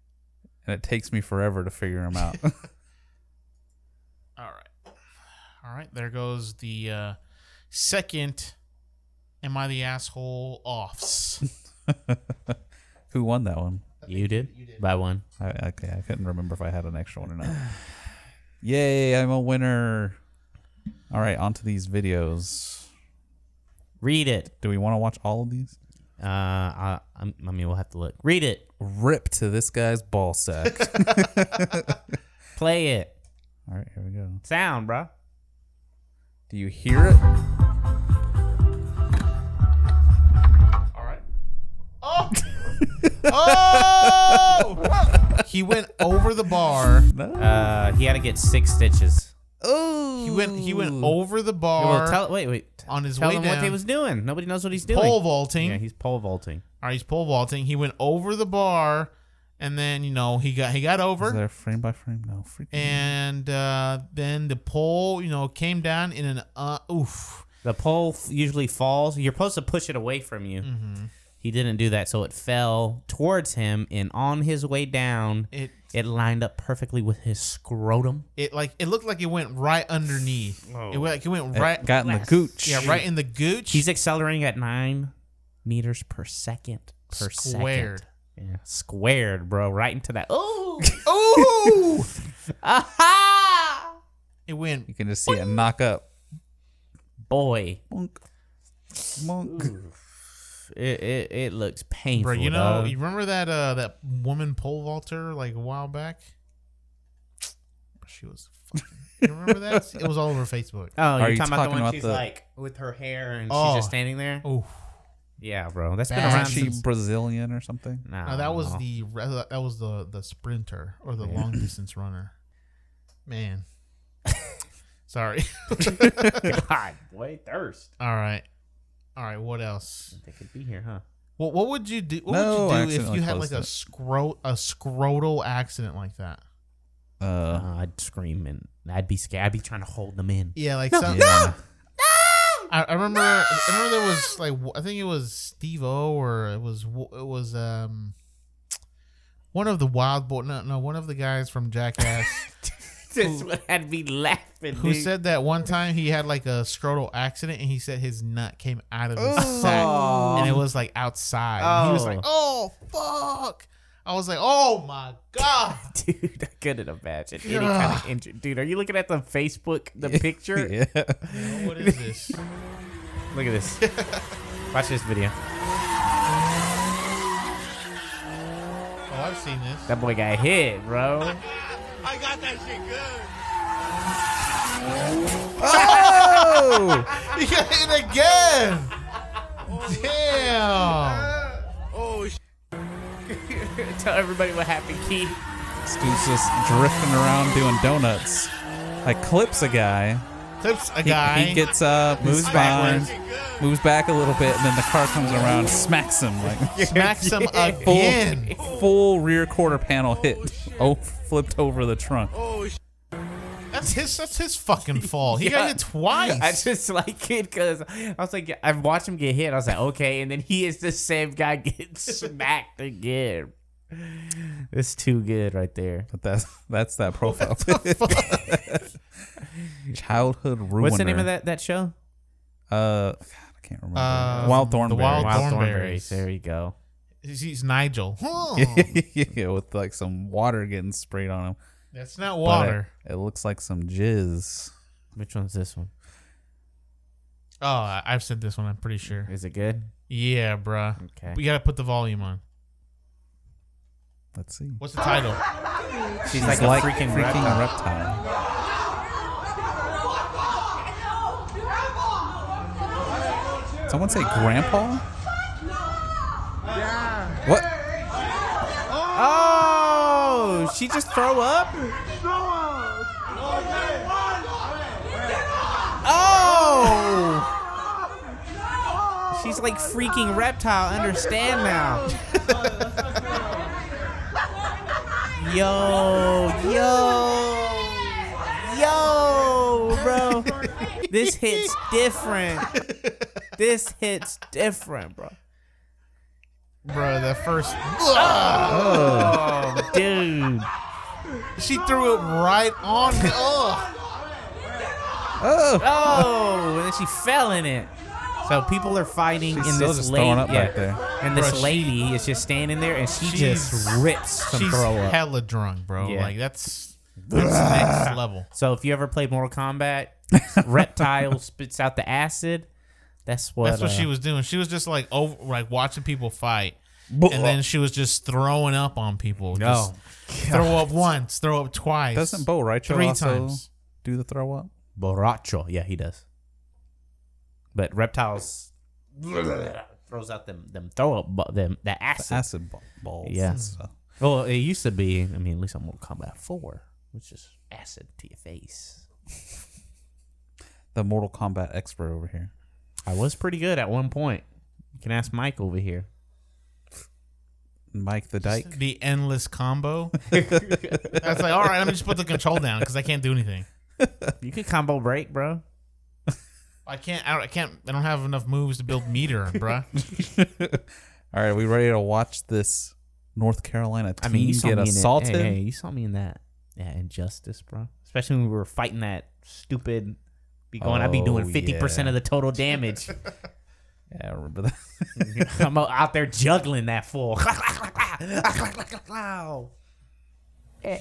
Speaker 1: and it takes me forever to figure them out
Speaker 3: All right, all right. There goes the uh, second. Am I the asshole? Offs.
Speaker 1: who won that one
Speaker 4: You did? By one.
Speaker 1: I, okay i couldn't remember if i had an extra one or not yay i'm a winner all right on to these videos
Speaker 4: Read it.
Speaker 1: do we want to watch all of these
Speaker 4: Uh, I, I'm- I mean, we'll have to look. Read it.
Speaker 1: rip to this guy's ball sack.
Speaker 4: Play it.
Speaker 1: All right, here we go.
Speaker 4: Sound, bro.
Speaker 1: Do you hear it?
Speaker 3: All right. Oh! oh! He went over the bar.
Speaker 4: Uh, he had to get six stitches.
Speaker 1: Oh,
Speaker 3: He went. He went over the bar
Speaker 4: Well, tell wait, wait.
Speaker 3: on his
Speaker 4: tell
Speaker 3: way
Speaker 4: him
Speaker 3: down.
Speaker 4: what he was doing. Nobody knows what he's doing.
Speaker 3: pole vaulting.
Speaker 4: Yeah, he's pole vaulting.
Speaker 3: All right, he's pole vaulting. He went over the bar, and then you know he got he got
Speaker 1: Is
Speaker 3: over,
Speaker 1: there frame by frame? No, freaking.
Speaker 3: and uh, then the pole you know came down in an uh, oof.
Speaker 4: The pole f- usually falls. You're supposed to push it away from you.
Speaker 1: Mm-hmm.
Speaker 4: He didn't do that, so it fell towards him, and on his way down,
Speaker 3: It
Speaker 4: it lined up perfectly with his scrotum.
Speaker 3: it like it looked like it went right underneath.
Speaker 4: Oh.
Speaker 3: It went like it
Speaker 4: Uh,
Speaker 3: went right.
Speaker 1: It got in the gooch.
Speaker 3: yeah, right in the gooch.
Speaker 4: He's accelerating at nine meters per second. Per
Speaker 3: Squared.
Speaker 4: second. Yeah, squared, bro. Right into that. Oh,
Speaker 3: Ooh!
Speaker 4: aha!
Speaker 3: it went
Speaker 1: You can just see it knock up.
Speaker 4: Boy,
Speaker 1: Bonk. Monk.
Speaker 4: It it, it looks painful.
Speaker 3: Bro, you know,
Speaker 4: dog.
Speaker 3: you remember that uh that woman pole vaulter like a while back? She was fucking. You remember that? It was all over Facebook.
Speaker 4: Oh, you're
Speaker 1: you
Speaker 4: talking, about the
Speaker 1: talking
Speaker 4: one
Speaker 1: about
Speaker 4: she's
Speaker 1: the-
Speaker 4: like with her hair and
Speaker 3: Oh.
Speaker 4: she's just standing there?
Speaker 3: Oh,
Speaker 4: Yeah, bro. that's been
Speaker 3: Bad.
Speaker 4: around
Speaker 1: Isn't she
Speaker 4: since.
Speaker 1: Brazilian or something?
Speaker 4: Nah,
Speaker 3: no, that was
Speaker 1: Oh.
Speaker 4: no.
Speaker 3: the re- that was the the sprinter or the long distance runner. Man, sorry.
Speaker 4: God, boy, thirst.
Speaker 3: all right, all right. What else?
Speaker 4: They could be here, huh?
Speaker 3: What what would you do? What
Speaker 1: No, I
Speaker 3: would you do if
Speaker 1: accidentally
Speaker 3: you had like
Speaker 1: closed
Speaker 3: a
Speaker 1: it.
Speaker 3: scro a scrotal accident like that?
Speaker 1: Uh,
Speaker 4: Uh, I'd scream and I'd be scared. I'd be trying to hold them in.
Speaker 3: Yeah, like no, some,
Speaker 1: yeah.
Speaker 3: I, I remember. I remember there was like w- I think it was Steve O or it was w- it was um one of the Wild Boy. No, no, one of the guys from Jackass
Speaker 4: Just I'd be laughing.
Speaker 3: who
Speaker 4: dude.
Speaker 3: said that one time he had like a scrotal accident and he said his nut came out of his sack and it was like outside. And he was like, "Oh fuck!" I was like, "Oh my god!"
Speaker 4: Dude, I couldn't imagine any kind of injury. Dude, are you looking at the Facebook, the picture?
Speaker 1: yeah.
Speaker 3: what is this?
Speaker 4: Look at this. Watch this video.
Speaker 3: Oh, I've seen this.
Speaker 4: That boy got hit, bro.
Speaker 3: He got hit again. Damn.
Speaker 4: Tell everybody what happened, Keith.
Speaker 1: This dude's just drifting around doing donuts. Like clips a guy.
Speaker 3: Clips a
Speaker 1: He,
Speaker 3: guy.
Speaker 1: he gets up, moves backwards, moves back a little bit, and then the car comes around, smacks him like
Speaker 3: smacks him again.
Speaker 1: full, full rear quarter panel hit. Oh, flipped over the trunk.
Speaker 3: That's his. That's his fucking fault. He got
Speaker 4: Yeah.
Speaker 3: hit twice.
Speaker 4: I just like it because I was like, I've watched him get hit. I was like, okay, and then he is the same guy getting smacked again. It's too good right there.
Speaker 1: But that's that's that profile. Childhood ruiner.
Speaker 4: What's the name of that that show?
Speaker 1: Uh, God, I can't remember.
Speaker 3: Uh,
Speaker 1: Wild
Speaker 3: the
Speaker 1: Thornberry.
Speaker 3: Wild
Speaker 4: Wild
Speaker 3: Thornberries.
Speaker 4: Thornberries. There you go.
Speaker 3: he's, he's Nigel.
Speaker 4: Oh.
Speaker 1: yeah, with like some water getting sprayed on him.
Speaker 3: That's not
Speaker 1: But
Speaker 3: water.
Speaker 1: It, it looks like some jizz.
Speaker 4: Which one's this one?
Speaker 3: Oh, I- I've said this one. I'm pretty sure.
Speaker 4: Is it good?
Speaker 3: Yeah, bruh.
Speaker 4: Okay.
Speaker 3: We gotta put the volume on.
Speaker 1: Let's see.
Speaker 3: What's the title?
Speaker 4: She's, like, a freaking, reptile.
Speaker 1: reptile. Someone say grandpa? What?
Speaker 4: Oh, she just throw up? Oh! She's like freaking reptile. Understand now? yo, yo, yo, bro. This hits different. This hits different, bro.
Speaker 3: Bruh, the first.
Speaker 4: Oh, dude.
Speaker 3: She threw it right on. me. Ugh.
Speaker 4: Oh, and then she fell in it. So people are fighting
Speaker 1: She's
Speaker 4: in
Speaker 1: still
Speaker 4: this
Speaker 1: just
Speaker 4: lady,
Speaker 1: throwing up
Speaker 4: yeah.
Speaker 1: back there.
Speaker 4: and this
Speaker 3: Bruh, she-
Speaker 4: lady is just standing there, and she
Speaker 3: She's-
Speaker 4: just rips some
Speaker 3: She's
Speaker 4: throw up.
Speaker 3: hella drunk, bro.
Speaker 4: Yeah.
Speaker 3: Like that's that's next level.
Speaker 4: so if you ever played Mortal Kombat, reptile spits out the acid. That's what.
Speaker 3: That's what
Speaker 4: uh,
Speaker 3: she was doing. She was just like over, like watching people fight, and then she was just throwing up on people.
Speaker 4: No.
Speaker 3: Just throw up once, throw up twice.
Speaker 1: Doesn't Bo Reicho
Speaker 3: three
Speaker 1: also
Speaker 3: times?
Speaker 1: do the throw up?
Speaker 4: Borracho. Yeah, he does. But reptiles throws out them them throw up bu- them the acid.
Speaker 1: Acid ba- balls.
Speaker 4: Yeah.
Speaker 1: and stuff.
Speaker 4: Well, it used to be. I mean, at least on Mortal Kombat Four, which is acid to your face.
Speaker 1: The Mortal Kombat expert over here.
Speaker 4: I was pretty good at one point. You can ask Mike over here.
Speaker 1: Mike the Dyke.
Speaker 3: the endless combo. That's like, all right, I'm gonna just put the control down because I can't do anything.
Speaker 4: You could combo break, bro.
Speaker 3: I can't. I, don't- I can't. I don't have enough moves to build meter, bruh.
Speaker 1: All right, we ready to watch this North Carolina team
Speaker 4: I mean, you saw
Speaker 1: get
Speaker 4: me
Speaker 1: assaulted?
Speaker 4: In that, hey, hey, you saw me in that. Yeah, injustice, bro. Especially when we were fighting that stupid. Be going. I'd be doing
Speaker 1: Oh,
Speaker 4: fifty percent
Speaker 1: yeah.
Speaker 4: of the total damage.
Speaker 1: Yeah, I remember that.
Speaker 4: I'm out there juggling that fool.
Speaker 11: It-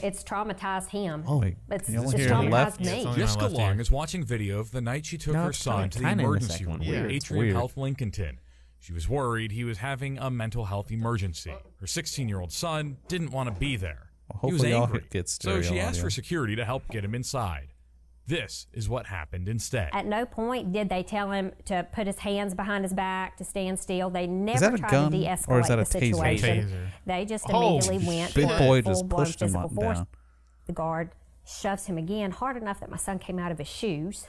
Speaker 11: It's traumatized him.
Speaker 1: Oh, wait.
Speaker 11: it's,
Speaker 1: Can you only
Speaker 11: it's
Speaker 1: hear the
Speaker 11: traumatized
Speaker 1: left?
Speaker 11: me.
Speaker 3: Yeah, it's only
Speaker 12: Jessica
Speaker 3: left
Speaker 12: Long
Speaker 3: ear.
Speaker 12: is watching video of the night she took
Speaker 4: No,
Speaker 12: her
Speaker 4: it's kinda-
Speaker 12: son to the
Speaker 4: kinda in the
Speaker 12: emergency
Speaker 4: second
Speaker 12: room
Speaker 4: one.
Speaker 12: at
Speaker 4: Weird. It's
Speaker 12: Atrium
Speaker 4: weird.
Speaker 12: Health Lincolnton. She was worried he was having a mental health emergency. Her 16 year old son didn't want to be there.
Speaker 1: Well,
Speaker 12: he was
Speaker 1: hopefully y'all
Speaker 12: angry.
Speaker 1: get
Speaker 12: so she
Speaker 1: stereo
Speaker 12: asked for
Speaker 1: audio.
Speaker 12: security to help get him inside. This is what happened instead.
Speaker 11: At no point did they tell him to put his hands behind his back, to stand still. They
Speaker 1: that
Speaker 11: never
Speaker 1: a
Speaker 11: tried
Speaker 1: gun
Speaker 11: to
Speaker 1: or
Speaker 11: de-escalate
Speaker 1: is that a
Speaker 11: the
Speaker 1: taser?
Speaker 11: situation.
Speaker 3: Taser.
Speaker 11: They just
Speaker 3: Oh,
Speaker 11: immediately went
Speaker 1: Big
Speaker 11: for
Speaker 1: boy
Speaker 11: full
Speaker 1: just
Speaker 11: blown
Speaker 1: pushed him
Speaker 11: physical
Speaker 1: up and
Speaker 11: force.
Speaker 1: down.
Speaker 11: The guard shoves him again hard enough that my son came out of his shoes.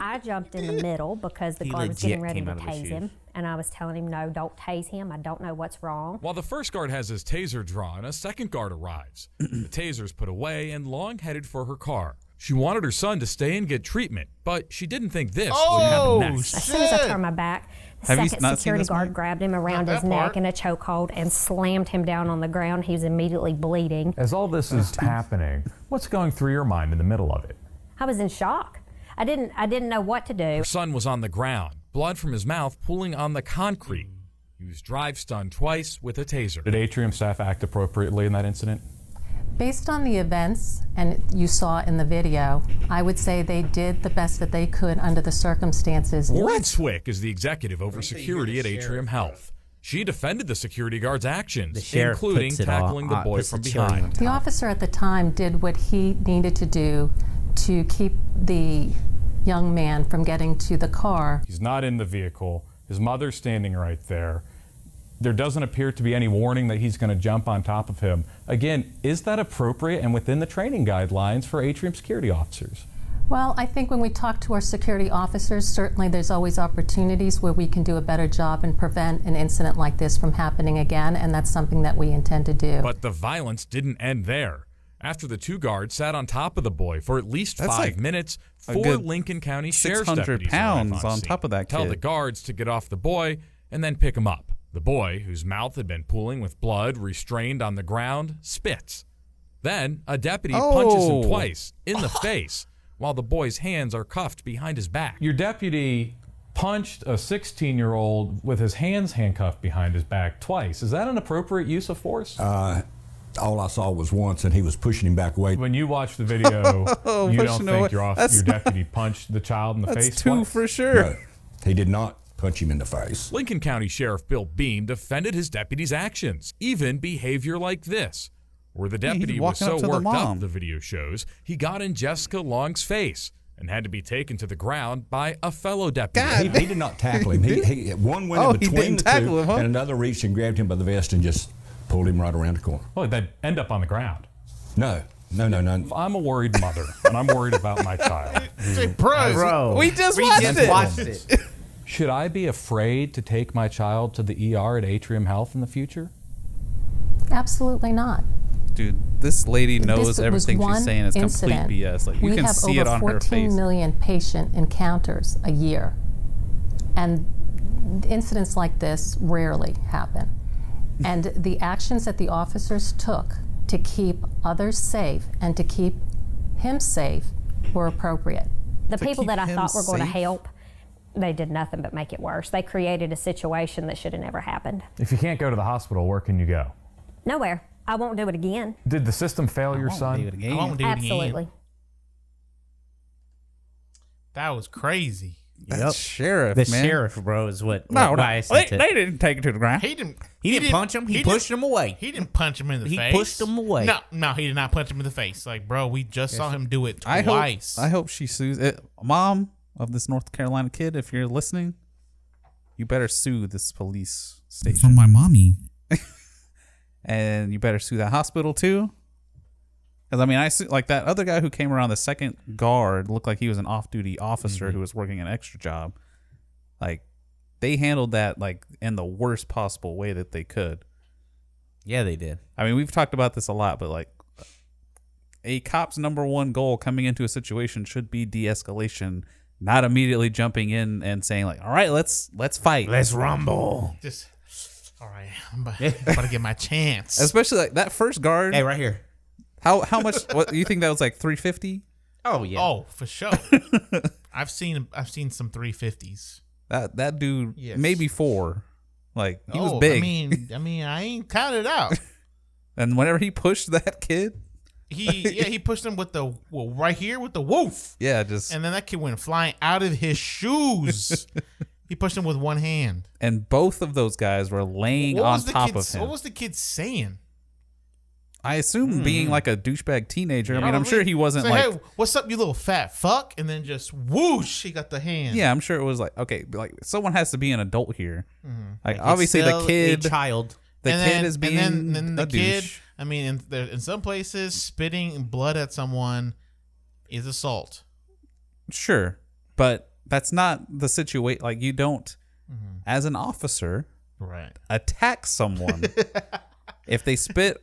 Speaker 11: I jumped in the middle because the
Speaker 4: He
Speaker 11: guard was getting
Speaker 4: legit
Speaker 11: ready
Speaker 4: came
Speaker 11: to
Speaker 4: out of his
Speaker 11: tase
Speaker 4: shoes.
Speaker 11: him, and I was telling him, "No, don't tase him. I don't know what's wrong."
Speaker 12: While the first guard has his taser drawn, a second guard arrives. the taser's put away and Long headed for her car. She wanted her son to stay and get treatment, but she didn't think this would happen
Speaker 3: Oh,
Speaker 12: next.
Speaker 11: As soon as I
Speaker 3: Shit.
Speaker 11: turned my back, the
Speaker 1: Have you
Speaker 11: second
Speaker 1: not seen
Speaker 11: security
Speaker 1: this,
Speaker 11: guard
Speaker 1: Mike?
Speaker 11: grabbed him around
Speaker 3: Not
Speaker 11: his
Speaker 3: that
Speaker 11: neck
Speaker 3: part.
Speaker 11: in a chokehold and slammed him down on the ground. He was immediately bleeding.
Speaker 12: As all this is happening, what's going through your mind in the middle of it?
Speaker 11: I was in shock. I didn't I didn't know what to do.
Speaker 12: Her son was on the ground, blood from his mouth pooling on the concrete. He was drive stunned twice with a taser. Did Atrium staff act appropriately in that incident?
Speaker 13: Based on the events and you saw in the video, I would say they did the best that they could under the circumstances.
Speaker 12: What? Swick is the executive over security at Atrium Health. She defended the security guard's actions,
Speaker 4: The sheriff
Speaker 12: including
Speaker 4: puts it all-
Speaker 12: tackling the
Speaker 4: uh,
Speaker 12: boy
Speaker 4: puts the
Speaker 12: from
Speaker 4: chili on
Speaker 12: behind.
Speaker 13: The officer at the time did what he needed to do to keep the young man from getting to the car.
Speaker 12: He's not in the vehicle. His mother's standing right there. There doesn't appear to be any warning that he's going to jump on top of him. Again, is that appropriate and within the training guidelines for atrium security officers?
Speaker 13: Well, I think when we talk to our security officers, certainly there's always opportunities where we can do a better job and prevent an incident like this from happening again, and that's something that we intend to do.
Speaker 12: But the violence didn't end there. After the two guards sat on top of the boy for at least
Speaker 1: That's
Speaker 12: five
Speaker 1: like
Speaker 12: minutes,
Speaker 1: a
Speaker 12: four
Speaker 1: good
Speaker 12: Lincoln County sheriff's
Speaker 1: 600
Speaker 12: deputies
Speaker 1: pounds
Speaker 12: arrive
Speaker 1: on
Speaker 12: scene,
Speaker 1: top of that
Speaker 12: Tell
Speaker 1: kid.
Speaker 12: the guards to get off the boy and then pick him up. The boy, whose mouth had been pooling with blood restrained on the ground, spits. Then a deputy punches him
Speaker 1: Oh.
Speaker 12: twice in the face while the boy's hands are cuffed behind his back. Your deputy punched a 16 year old with his hands handcuffed behind his back twice. Is that an appropriate use of force?
Speaker 10: All I saw was once, and he was pushing him back away. Oh,
Speaker 12: When you watch the video, you
Speaker 1: Pushing
Speaker 12: don't
Speaker 1: away.
Speaker 12: think your, off-
Speaker 1: That's
Speaker 12: your
Speaker 1: not-
Speaker 12: deputy punched the child in the
Speaker 1: That's
Speaker 12: face.
Speaker 1: two
Speaker 12: twice?
Speaker 1: for sure.
Speaker 10: He did not punch him in the face.
Speaker 12: Lincoln County Sheriff Bill Beam defended his deputy's actions, even behavior like this, where the
Speaker 1: he's
Speaker 12: deputy was
Speaker 1: walking
Speaker 12: so
Speaker 1: up to the
Speaker 12: worked up,
Speaker 1: mom.
Speaker 12: the video shows, he got in Jessica Long's face and had to be taken to the ground by a fellow deputy.
Speaker 1: God.
Speaker 10: He, he did not tackle him. He, he one went
Speaker 1: Oh,
Speaker 10: in
Speaker 1: he
Speaker 10: between
Speaker 1: didn't
Speaker 10: the
Speaker 1: tackle
Speaker 10: two,
Speaker 1: him, huh?
Speaker 10: and another reached and grabbed him by the vest and just pulled him right around the corner.
Speaker 12: Well, they end up on the ground.
Speaker 10: No, no, no, no.
Speaker 12: I'm a worried mother, and I'm worried about my child.
Speaker 3: Say, bro,
Speaker 4: Bro,
Speaker 1: We just watched
Speaker 4: just
Speaker 1: it.
Speaker 4: watched it.
Speaker 12: Should I be afraid to take my child to the ER at Atrium Health in the future?
Speaker 13: Absolutely not.
Speaker 1: Dude, this lady knows
Speaker 13: This was
Speaker 1: everything
Speaker 13: one
Speaker 1: she's saying is complete
Speaker 13: incident.
Speaker 1: BS. Like you
Speaker 13: we
Speaker 1: can
Speaker 13: have
Speaker 1: see
Speaker 13: over
Speaker 1: it on
Speaker 13: 14
Speaker 1: her face.
Speaker 13: million patient encounters a year, and incidents like this rarely happen. And the actions that the officers took to keep others safe and to keep him safe were appropriate.
Speaker 11: The people
Speaker 1: keep
Speaker 11: that I
Speaker 1: him
Speaker 11: thought were going to
Speaker 1: safe?
Speaker 11: help, they did nothing but make it worse. They created a situation that should have never happened.
Speaker 12: If you can't go to the hospital, where can you go?
Speaker 11: Nowhere. I won't do it again.
Speaker 12: Did the system fail your
Speaker 1: Do it
Speaker 3: I
Speaker 1: again.
Speaker 3: won't do it again.
Speaker 11: Absolutely.
Speaker 3: That was crazy.
Speaker 1: That sheriff,
Speaker 4: The
Speaker 1: man.
Speaker 4: sheriff, bro, is what. what
Speaker 1: No, no.
Speaker 4: biased
Speaker 1: They,
Speaker 4: it.
Speaker 1: they didn't take it to the ground.
Speaker 3: He didn't.
Speaker 4: He didn't punch him, he pushed
Speaker 3: didn't-
Speaker 4: him away.
Speaker 3: He didn't punch him in the
Speaker 4: He
Speaker 3: face.
Speaker 4: pushed him away.
Speaker 3: No, no, he did not punch him in the face. Like, bro, we just saw him do it
Speaker 1: I hope.
Speaker 3: twice.
Speaker 1: I hope she sues it. Mom of this North Carolina kid, if you're listening, you better sue this police station,
Speaker 12: my mommy.
Speaker 1: and you better sue that hospital too. Because I mean, I su- like that other guy who came around. The second guard looked like he was an off-duty officer
Speaker 4: Mm-hmm.
Speaker 1: who was working an extra job. Like they handled that like in the worst possible way that they could.
Speaker 4: Yeah, they did.
Speaker 1: I mean, we've talked about this a lot, but like a cop's number one goal coming into a situation should be de-escalation, not immediately jumping in and saying like, "All right, let's let's fight."
Speaker 4: rumble.
Speaker 3: Just, all right, I'm about, I'm about to get my chance.
Speaker 1: Especially like that first guard.
Speaker 4: Hey, right here.
Speaker 1: How how much? what you think that was like three fifty?
Speaker 4: Oh yeah.
Speaker 3: Oh, for sure. I've seen I've seen some 350s.
Speaker 1: That that dude
Speaker 3: Yes.
Speaker 1: maybe four. Like he
Speaker 3: oh,
Speaker 1: was big,
Speaker 3: I mean, I mean, I ain't counted out.
Speaker 1: and whenever he pushed that kid,
Speaker 3: He yeah he pushed him with the well, right here with the woof.
Speaker 1: Yeah, just
Speaker 3: and then that kid went flying out of his shoes. he pushed him with one hand.
Speaker 1: and both of those guys were laying
Speaker 3: What
Speaker 1: on
Speaker 3: was the
Speaker 1: top
Speaker 3: kid,
Speaker 1: of him.
Speaker 3: What was the kid saying?
Speaker 1: I assume being
Speaker 3: Hmm.
Speaker 1: like a douchebag teenager. I mean, I'm sure he wasn't
Speaker 3: Say,
Speaker 1: like,
Speaker 3: "Hey, what's up, you little fat fuck?" And then just whoosh, he got the hand.
Speaker 1: yeah, I'm sure it was like, okay, but, like someone has to be an adult here.
Speaker 3: Mhm.
Speaker 1: Like,
Speaker 4: Like, it's
Speaker 1: obviously
Speaker 4: still
Speaker 1: the
Speaker 4: a
Speaker 1: kid,
Speaker 4: child.
Speaker 1: the
Speaker 3: And
Speaker 1: kid
Speaker 3: then-
Speaker 1: is being
Speaker 3: and then, then the
Speaker 1: a
Speaker 3: kid.
Speaker 1: douche.
Speaker 3: I mean, in, there, in some places, spitting blood at someone is assault.
Speaker 1: Sure, but that's not the situation. Like, you don't, as an officer,
Speaker 3: Mm-hmm. Right.
Speaker 1: attack someone if they spit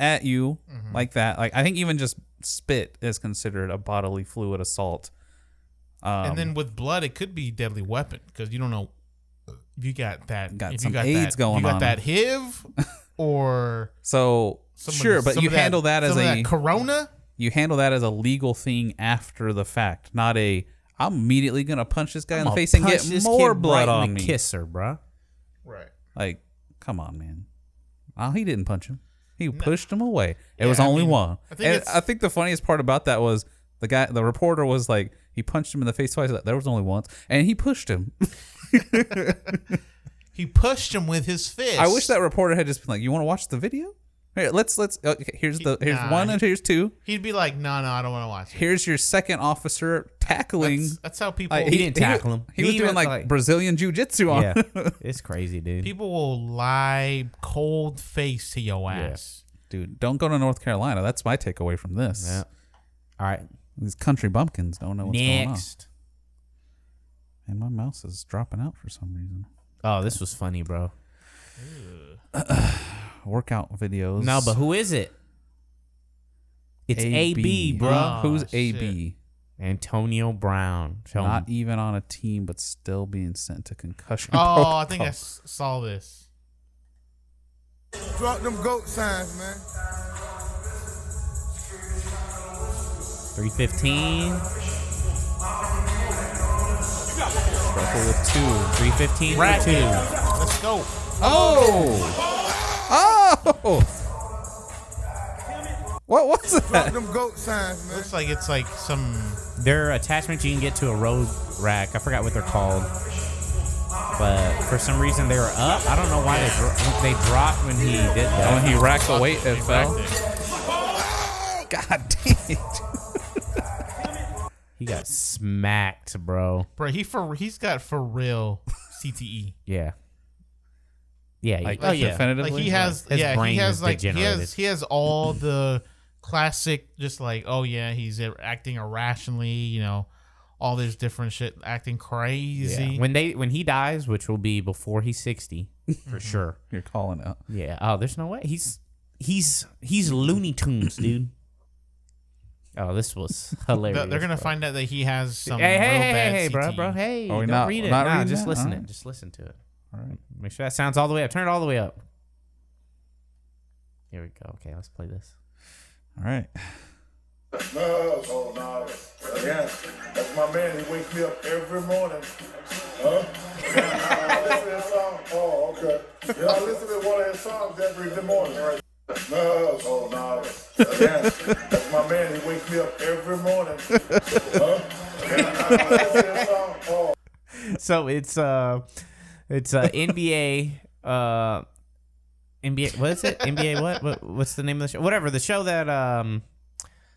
Speaker 1: at you
Speaker 3: Mm-hmm.
Speaker 1: like that. Like, I think even just spit is considered a bodily fluid assault. Um,
Speaker 3: and then with blood, it could be deadly weapon because you don't know if you got that.
Speaker 1: Got
Speaker 3: if
Speaker 1: some
Speaker 3: you got
Speaker 1: AIDS
Speaker 3: that,
Speaker 1: going
Speaker 3: You got
Speaker 1: on.
Speaker 3: that HIV or
Speaker 1: So
Speaker 3: some of
Speaker 1: sure,
Speaker 3: the-
Speaker 1: but
Speaker 3: some
Speaker 1: you
Speaker 3: of that-
Speaker 1: handle that, as
Speaker 3: some of
Speaker 1: a
Speaker 3: that corona?
Speaker 1: You handle that as a legal thing after the fact, not a. I'm immediately gonna punch this guy in the
Speaker 4: I'ma
Speaker 1: face and
Speaker 4: punch
Speaker 1: get
Speaker 4: this
Speaker 1: more
Speaker 4: kid
Speaker 1: blood
Speaker 4: right
Speaker 1: on
Speaker 4: in the
Speaker 1: me.
Speaker 4: kisser, bruh.
Speaker 3: Right.
Speaker 1: Like, come on, man. Oh, he didn't punch him. He pushed him away. It was
Speaker 3: I
Speaker 1: only
Speaker 3: mean,
Speaker 1: one.
Speaker 3: I think
Speaker 1: and
Speaker 3: it's-
Speaker 1: I think the funniest part about that was the guy, the reporter was like, he punched him in the face twice. There was only once, and he pushed him.
Speaker 3: he pushed him with his fist.
Speaker 1: I wish that reporter had just been like, "You want to watch the video? Here, let's let's. Okay, here's the here's
Speaker 3: Nah,
Speaker 1: one and here's two.
Speaker 3: He'd be like, "No, no, I don't want to watch." it."
Speaker 1: Here's your second officer tackling.
Speaker 3: That's, that's how people.
Speaker 1: Like, He, was doing like, Brazilian jiu-jitsu on.
Speaker 4: Yeah, it's crazy, dude.
Speaker 3: People will lie cold face to your ass.
Speaker 1: Dude, don't go to North Carolina. That's my takeaway from this.
Speaker 4: Yeah. All right.
Speaker 1: These country bumpkins don't know what's
Speaker 4: Next.
Speaker 1: going on. And my mouse is dropping out for some reason.
Speaker 4: Oh, this was funny, bro.
Speaker 1: Workout videos.
Speaker 4: No, but who is it? It's AB, bro.
Speaker 3: Oh,
Speaker 1: Who's AB?
Speaker 4: Antonio Brown. Show
Speaker 1: Not
Speaker 4: me.
Speaker 1: even on a team, but still being sent to concussion.
Speaker 3: Oh, I think
Speaker 1: protocol.
Speaker 3: I s- saw this.
Speaker 14: Drop them goat signs, man.
Speaker 4: 315. Shuffle with two. 315 for
Speaker 3: Racket.
Speaker 4: two.
Speaker 3: Let's go.
Speaker 1: Oh! Oh! What was
Speaker 14: Drop
Speaker 1: that?
Speaker 14: them goat signs, man.
Speaker 3: Looks like it's like some.
Speaker 4: They're attachments you can get to a road rack. I forgot what they're called. But for some reason they were up. I don't know why they, dro- they dropped when he did that.
Speaker 1: When Oh, he racked the weight, it
Speaker 3: They
Speaker 1: fell.
Speaker 3: wrecked it.
Speaker 1: God damn.
Speaker 4: He got smacked, bro.
Speaker 3: Bro, he for he's got for real E. CTE.
Speaker 4: Yeah. Yeah.
Speaker 1: Like,
Speaker 4: oh, yeah.
Speaker 1: definitively.
Speaker 3: Like he has,
Speaker 4: His
Speaker 3: yeah,
Speaker 4: brain
Speaker 3: he
Speaker 4: is
Speaker 3: has like he
Speaker 4: degenerated.
Speaker 3: has he has all the classic, just like oh yeah, he's acting irrationally, you know, all this different shit, acting crazy.
Speaker 4: Yeah. When they when he dies, which will be before he's sixty for sure.
Speaker 1: You're calling out.
Speaker 4: Yeah. Oh, there's no way. He's he's he's Looney Tunes, dude. Oh, this was hilarious.
Speaker 3: Th- they're gonna
Speaker 4: bro.
Speaker 3: find out that he has some
Speaker 4: hey,
Speaker 3: real
Speaker 4: hey,
Speaker 3: bad E.
Speaker 4: hey, hey,
Speaker 3: CTE.
Speaker 4: bro, bro, hey!
Speaker 1: Are we
Speaker 4: don't
Speaker 1: Oh, not-
Speaker 4: read it.
Speaker 1: not
Speaker 4: Nah,
Speaker 1: reading
Speaker 4: just
Speaker 1: that?
Speaker 4: listen to
Speaker 1: Alright.
Speaker 4: it. Just listen to it.
Speaker 1: All right.
Speaker 4: Make sure that sounds all the way up. Turn it all the way up. Here we go. Okay, let's play this.
Speaker 1: All right.
Speaker 14: Oh, no. Yeah. That's my man. He wakes me up every morning. Huh? Yeah, I listen to his song. Oh, okay. Yeah, I listen to one of his songs every morning, right? No, oh, no. Yeah. That's my man. He wakes me up every morning. Huh? Yeah, I listen to his song. Oh,
Speaker 4: so it's uh it's uh NBA uh NBA what is it? NBA what? what what's the name of the show? Whatever, the show that um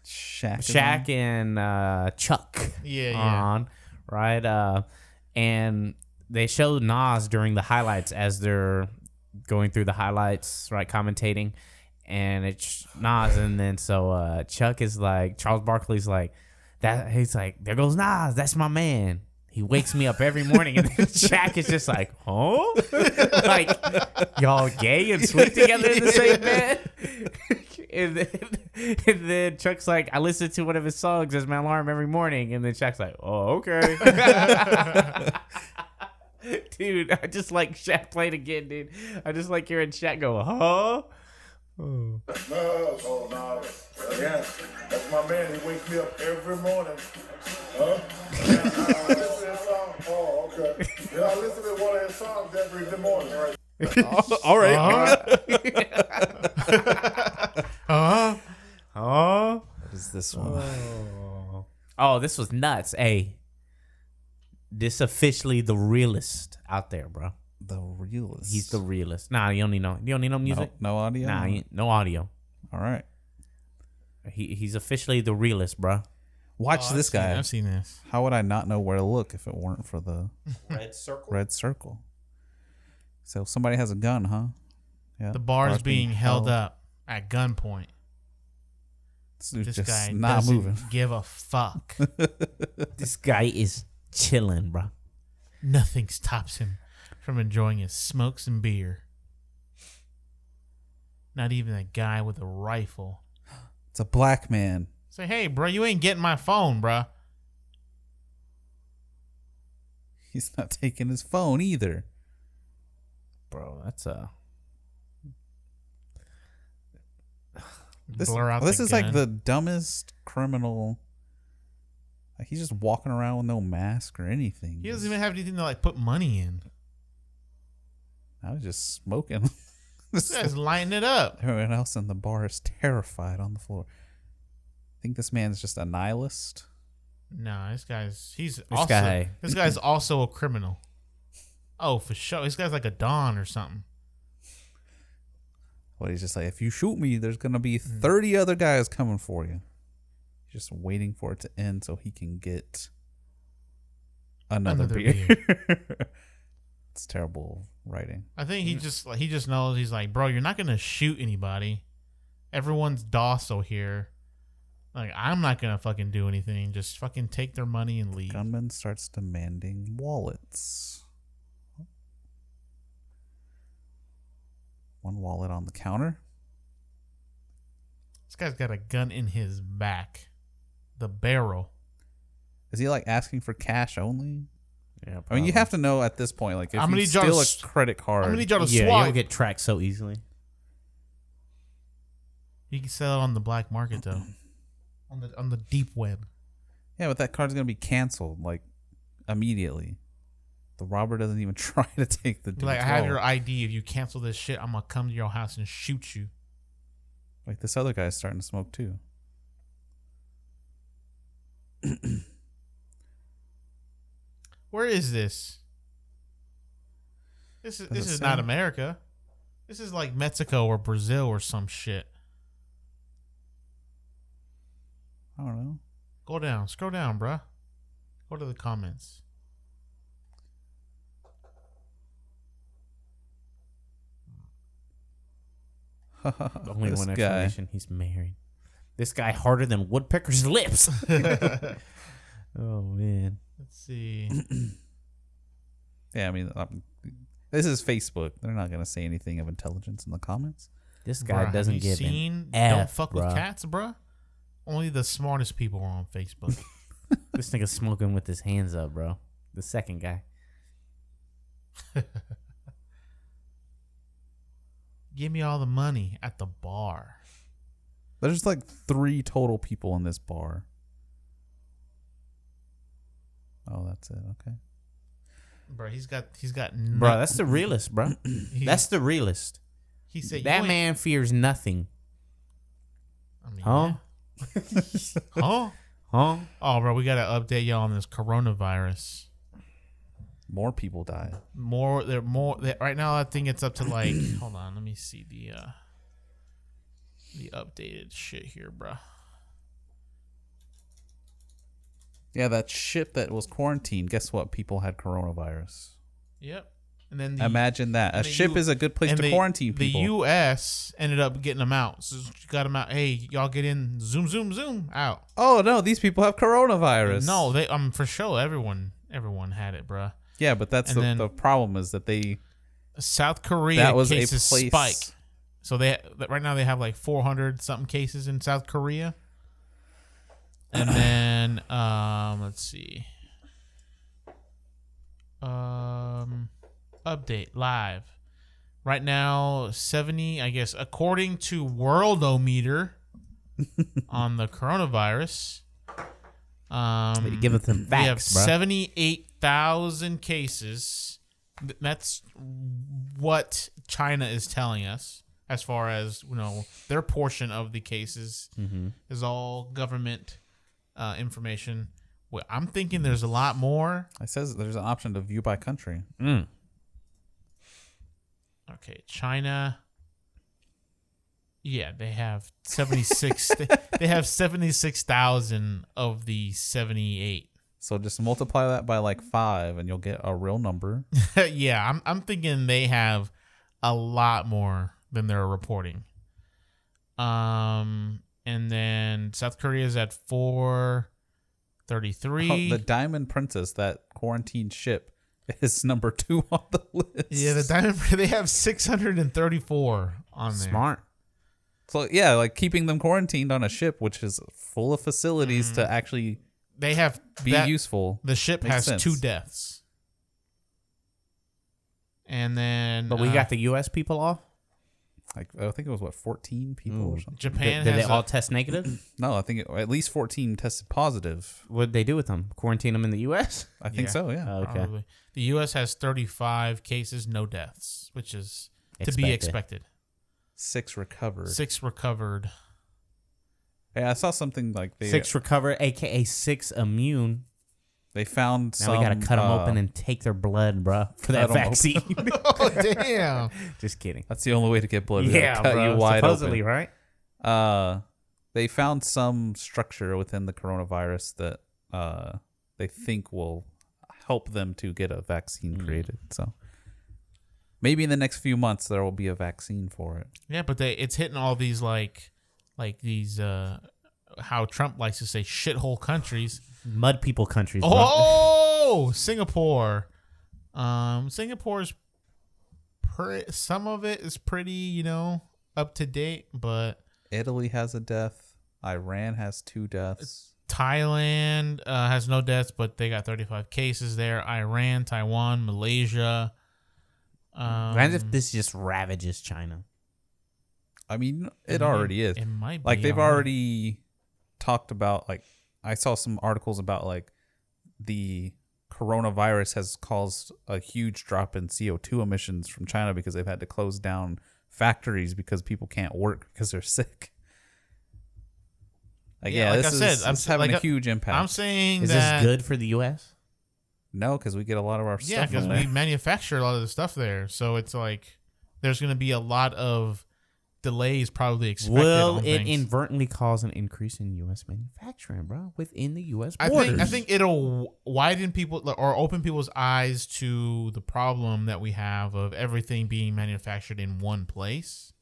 Speaker 1: Shaq. is on.
Speaker 4: Shaq and uh Chuck
Speaker 3: Yeah, yeah.
Speaker 4: on, right? Uh and they show Nas during the highlights as they're going through the highlights, right, commentating. And it's Nas and then so uh Chuck is like Charles Barkley's like that he's like, There goes Nas, that's my man. He wakes me up every morning and then Shaq is just like, huh? like y'all gay and sleep together in the same bed? and, then, and then Chuck's like, I listen to one of his songs as my alarm every morning. And then Chuck's like, oh, okay. dude, I just like Shaq played again, dude. I just like hearing Shaq go, huh? Oh.
Speaker 14: No, oh no. Yeah, that's my man. He wakes me up every morning. Huh? Yeah, I listen to his song. Oh, okay. Yeah, I listen to one of his songs every morning, right?
Speaker 1: All right.
Speaker 3: Uh-huh.
Speaker 4: Oh.
Speaker 1: this one.
Speaker 4: Oh, this was nuts. Hey, this officially the realest out there, bro.
Speaker 1: The realest.
Speaker 4: He's the realest. Nah, you don't need no. You don't need no music.
Speaker 1: No, audio.
Speaker 4: Nah, you- no audio.
Speaker 1: All right.
Speaker 4: He he's officially the realest, bro.
Speaker 1: Watch
Speaker 3: Oh, I've
Speaker 1: this
Speaker 3: seen-
Speaker 1: guy.
Speaker 3: I've seen this.
Speaker 1: How would I not know where to look if it weren't for the
Speaker 4: Red circle.
Speaker 1: red circle? So somebody has a gun, huh? Yeah.
Speaker 3: The bar is being held up at gunpoint.
Speaker 1: This dude's
Speaker 3: This
Speaker 1: just
Speaker 3: guy
Speaker 1: not
Speaker 3: doesn't
Speaker 1: moving.
Speaker 3: Give a fuck.
Speaker 4: This guy is chilling, bro.
Speaker 3: Nothing stops him from enjoying his smokes and beer. Not even a guy with a rifle.
Speaker 1: It's a black man.
Speaker 3: Say, hey, bro, you ain't getting my phone, bro.
Speaker 1: He's not taking his phone either.
Speaker 4: Bro, that's a
Speaker 1: This,
Speaker 3: Blur out
Speaker 1: this
Speaker 3: the
Speaker 1: is like
Speaker 3: gun.
Speaker 1: the dumbest criminal. Like he's just walking around with no mask or anything.
Speaker 3: He doesn't even have anything to like put money in.
Speaker 1: I was just smoking. This
Speaker 3: This guy's lighting it up.
Speaker 1: Everyone else in the bar is terrified on the floor. I think this man's just a nihilist.
Speaker 3: No, this guy's he's also
Speaker 4: guy.
Speaker 3: this guy's also a criminal. Oh, for sure. This guy's like a don or something.
Speaker 1: Well, he's just like, if you shoot me, there's gonna be
Speaker 3: Hmm.
Speaker 1: thirty other guys coming for you. He's just waiting for it to end so he can get another,
Speaker 3: Another
Speaker 1: beer. it's terrible writing.
Speaker 3: I think he just like he just knows he's like, bro, you're not gonna shoot anybody. Everyone's docile here. Like I'm not gonna fucking do anything. Just fucking take their money and leave.
Speaker 1: Gunman starts demanding wallets. One wallet on the counter.
Speaker 3: This guy's got a gun in his back, the barrel.
Speaker 1: Is he like asking for cash only?
Speaker 4: yeah.
Speaker 1: I mean,
Speaker 4: probably.
Speaker 1: you have to know at this point, like if
Speaker 3: I'm
Speaker 1: you
Speaker 3: gonna need y'all to
Speaker 1: steal a
Speaker 3: s-
Speaker 1: credit card,
Speaker 3: I'm gonna need y'all to
Speaker 4: yeah, you
Speaker 3: swipe.
Speaker 4: don't get tracked so easily.
Speaker 3: you can sell it on the black market though, on the on the deep web.
Speaker 1: yeah, but that card's gonna be canceled like immediately. The robber doesn't even try to take the
Speaker 3: Be
Speaker 1: dude's
Speaker 3: Like I have
Speaker 1: wallet.
Speaker 3: your ID. If you cancel this shit, I'm gonna come to your house and shoot you.
Speaker 1: Like this other guy's starting to smoke too.
Speaker 3: Where is this? This is
Speaker 1: Does
Speaker 3: this
Speaker 1: it
Speaker 3: is
Speaker 1: say?
Speaker 3: not America. This is like Mexico or Brazil or some shit.
Speaker 1: I don't know.
Speaker 3: Go down, scroll down, bruh. Go to the comments.
Speaker 4: Only
Speaker 1: This
Speaker 4: one
Speaker 1: guy.
Speaker 4: explanation: he's married. This guy harder than woodpecker's lips. oh man,
Speaker 3: Let's see.
Speaker 1: Yeah, I mean, um this is Facebook. They're not gonna say anything of intelligence in the comments.
Speaker 4: this guy
Speaker 3: Bruh, have
Speaker 4: doesn't
Speaker 3: you
Speaker 4: give
Speaker 3: seen
Speaker 4: an
Speaker 3: Don't
Speaker 4: F,
Speaker 3: fuck
Speaker 4: bruh.
Speaker 3: with cats, bruh. Only the smartest people are on Facebook.
Speaker 4: This nigga smoking with his hands up, bro. The second guy.
Speaker 3: Give me all the money at the bar.
Speaker 1: There's like three total people in this bar. Oh, that's it. Okay.
Speaker 3: Bruh, he's got he's got
Speaker 4: Bro,
Speaker 3: no-
Speaker 4: that's the realest, bro.
Speaker 3: He-
Speaker 4: that's the realest.
Speaker 3: he said
Speaker 4: that
Speaker 3: "You ain't-"
Speaker 4: man fears nothing.
Speaker 3: I mean,
Speaker 4: Huh?
Speaker 3: yeah. Huh?
Speaker 4: Huh?
Speaker 3: Oh, bro, we gotta update y'all on this coronavirus.
Speaker 1: More people die.
Speaker 3: More, they're more. they right now, I think it's up to like. hold on, let me see the uh the updated shit here, bro.
Speaker 1: Yeah, that ship that was quarantined. Guess what? People had coronavirus.
Speaker 3: Yep. And then the,
Speaker 1: Imagine that. A
Speaker 3: and the
Speaker 1: ship
Speaker 3: U-
Speaker 1: is a good place
Speaker 3: and
Speaker 1: to
Speaker 3: the-
Speaker 1: quarantine people.
Speaker 3: The U.S. ended up getting them out. So she got them out. Hey, y'all get in. Zoom, zoom, zoom. Out.
Speaker 1: oh no, these people have coronavirus.
Speaker 3: No, they. Um, for sure, everyone, everyone had it, bruh.
Speaker 1: Yeah, but that's
Speaker 3: And
Speaker 1: the,
Speaker 3: then-
Speaker 1: the problem is that they
Speaker 3: South Korea
Speaker 1: that was a
Speaker 3: cases
Speaker 1: place.
Speaker 3: spike. So they right now they have like 400 something cases in South Korea. And then um let's see. Um update live. Right now 70 I guess according to Worldometer on the coronavirus. Um
Speaker 4: But you give it them
Speaker 3: we have
Speaker 4: facts, bro.
Speaker 3: 78,000 cases. Th- That's what China is telling us. as far as you know their portion of the cases
Speaker 4: Mm-hmm.
Speaker 1: Mhm.
Speaker 3: is all government uh, information. Well, I'm thinking there's a lot more.
Speaker 1: It says there's an option to view by country. Mm.
Speaker 3: Okay, China. Yeah, they have seventy six. they, they have seventy six thousand of the seventy eight.
Speaker 1: So just multiply that by like five, and you'll get a real number.
Speaker 3: yeah, I'm I'm thinking they have a lot more than they're reporting. Um, and then South Korea is at four thirty three.
Speaker 1: Oh, the Diamond Princess, that quarantine ship, is number two on the list.
Speaker 3: yeah, the diamond. They have six hundred and thirty four on there.
Speaker 1: Smart. So yeah, like keeping them quarantined on a ship, which is full of facilities to
Speaker 3: Mm.
Speaker 1: actually
Speaker 3: They have
Speaker 1: be
Speaker 3: that-
Speaker 1: useful.
Speaker 3: The ship
Speaker 1: Makes
Speaker 3: has
Speaker 1: sense.
Speaker 3: two deaths. And then,
Speaker 4: But we
Speaker 3: uh,
Speaker 4: got the U.S. people off.
Speaker 1: Like I think it was what fourteen people or
Speaker 4: Ooh.
Speaker 1: something.
Speaker 3: Japan
Speaker 4: Did- did they
Speaker 3: has
Speaker 4: all
Speaker 3: a-
Speaker 4: test negative?
Speaker 1: no, I think it, at least fourteen tested positive.
Speaker 4: What'd they do with them? Quarantine them in the U.S.
Speaker 1: I think so. Yeah.
Speaker 4: Okay.
Speaker 3: Probably. The U.S. has 35 cases, no deaths, which is to be
Speaker 1: Expected.
Speaker 3: expected.
Speaker 1: Six recovered.
Speaker 3: Six recovered.
Speaker 1: Yeah, I saw something like they uh,
Speaker 4: Six recover, aka six immune.
Speaker 1: they found.
Speaker 4: Now we gotta
Speaker 1: some,
Speaker 4: cut them
Speaker 1: uh,
Speaker 4: open and take their blood, bruh, for
Speaker 1: cut
Speaker 4: that
Speaker 1: 'em open.
Speaker 4: vaccine.
Speaker 3: oh, damn.
Speaker 4: Just kidding.
Speaker 1: That's the only way to get blood. They
Speaker 4: Yeah,
Speaker 1: cut
Speaker 4: bro,
Speaker 1: you wide
Speaker 4: supposedly,
Speaker 1: open.
Speaker 4: right?
Speaker 1: Uh, they found some structure within the coronavirus that uh they think will help them to get a vaccine
Speaker 4: Mm-hmm.
Speaker 1: created. So maybe in the next few months there will be a vaccine for it.
Speaker 3: Yeah, but they it's hitting all these like like these uh how Trump likes to say shithole countries.
Speaker 4: Mud people countries. bruh.
Speaker 3: Oh, Singapore. Um Singapore's pre- some of it is pretty, you know, up to date, but
Speaker 1: Italy has a death. Iran has two deaths.
Speaker 3: Thailand uh, has no deaths, but they got 35 cases there. Iran, Taiwan, Malaysia. Um,
Speaker 4: Imagine if this just ravages China.
Speaker 1: I mean, it,
Speaker 3: It might-
Speaker 1: already is.
Speaker 3: it might
Speaker 1: like
Speaker 3: be
Speaker 1: they've
Speaker 3: already.
Speaker 1: already talked about. Like I saw some articles about like the coronavirus has caused a huge drop in CO two emissions from China because they've had to close down factories because people can't work because they're sick. Like yeah,
Speaker 3: like
Speaker 1: this
Speaker 3: I
Speaker 1: is
Speaker 3: said, I'm
Speaker 1: it's having
Speaker 3: like,
Speaker 1: a huge impact.
Speaker 3: I'm saying
Speaker 4: Is
Speaker 3: that
Speaker 4: this good for the U.S.?
Speaker 1: no, because we get a lot of our
Speaker 3: Yeah,
Speaker 1: stuff.
Speaker 3: because
Speaker 1: from
Speaker 3: we
Speaker 1: there.
Speaker 3: manufacture a lot of the stuff there, so it's like there's going to be a lot of delays probably expected.
Speaker 4: Will
Speaker 3: on
Speaker 4: it
Speaker 3: things.
Speaker 4: inadvertently cause an increase in U.S. manufacturing, bro, within the U.S.
Speaker 3: I
Speaker 4: borders?
Speaker 3: think I think it'll w- widen people or open people's eyes to the problem that we have of everything being manufactured in one place.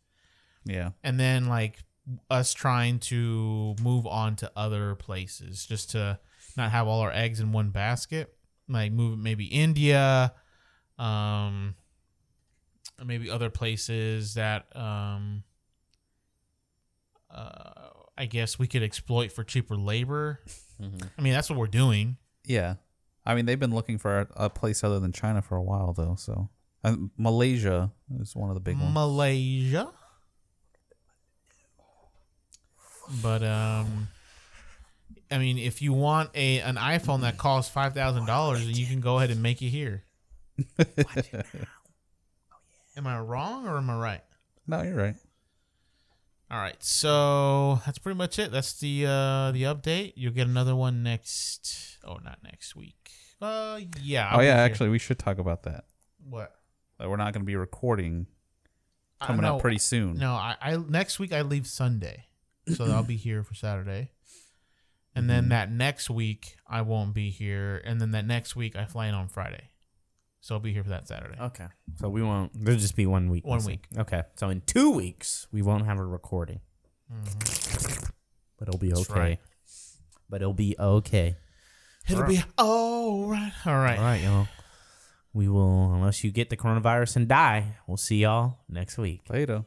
Speaker 1: yeah.
Speaker 3: and then like us trying to move on to other places just to not have all our eggs in one basket like move maybe india um or maybe other places that um uh i guess we could exploit for cheaper labor
Speaker 1: Mhm.
Speaker 3: i mean that's what we're doing
Speaker 1: Yeah, I mean they've been looking for a, a place other than China for a while though. So and Malaysia is one of the big ones.
Speaker 3: malaysia but um i mean if you want a an iphone that costs five thousand dollars then you can go ahead and make it here am i wrong or am i right
Speaker 1: no, you're right.
Speaker 3: all right so that's pretty much it that's the uh the update you'll get another one next oh not next week uh yeah I'll
Speaker 1: oh
Speaker 3: be
Speaker 1: yeah,
Speaker 3: here.
Speaker 1: actually we should talk about that.
Speaker 3: what
Speaker 1: That we're not going to be recording coming
Speaker 3: I- Uh, no,
Speaker 1: up pretty soon.
Speaker 3: No, I, I next week I leave Sunday, so I'll be here for Saturday, and
Speaker 1: Mm-hmm.
Speaker 3: then that next week I won't be here, and then that next week I fly in on Friday, so I'll be here for that Saturday.
Speaker 4: Okay. So we won't. There'll just be one week.
Speaker 3: One
Speaker 4: missing.
Speaker 3: week.
Speaker 4: Okay. So in two weeks we won't have a recording,
Speaker 3: Mm-hmm.
Speaker 4: but it'll be
Speaker 3: That's
Speaker 4: okay.
Speaker 3: right.
Speaker 4: But it'll be okay.
Speaker 3: It'll be all right. All right.
Speaker 4: All right, y'all. We will, unless you get the coronavirus and die. We'll see y'all next week.
Speaker 1: Later.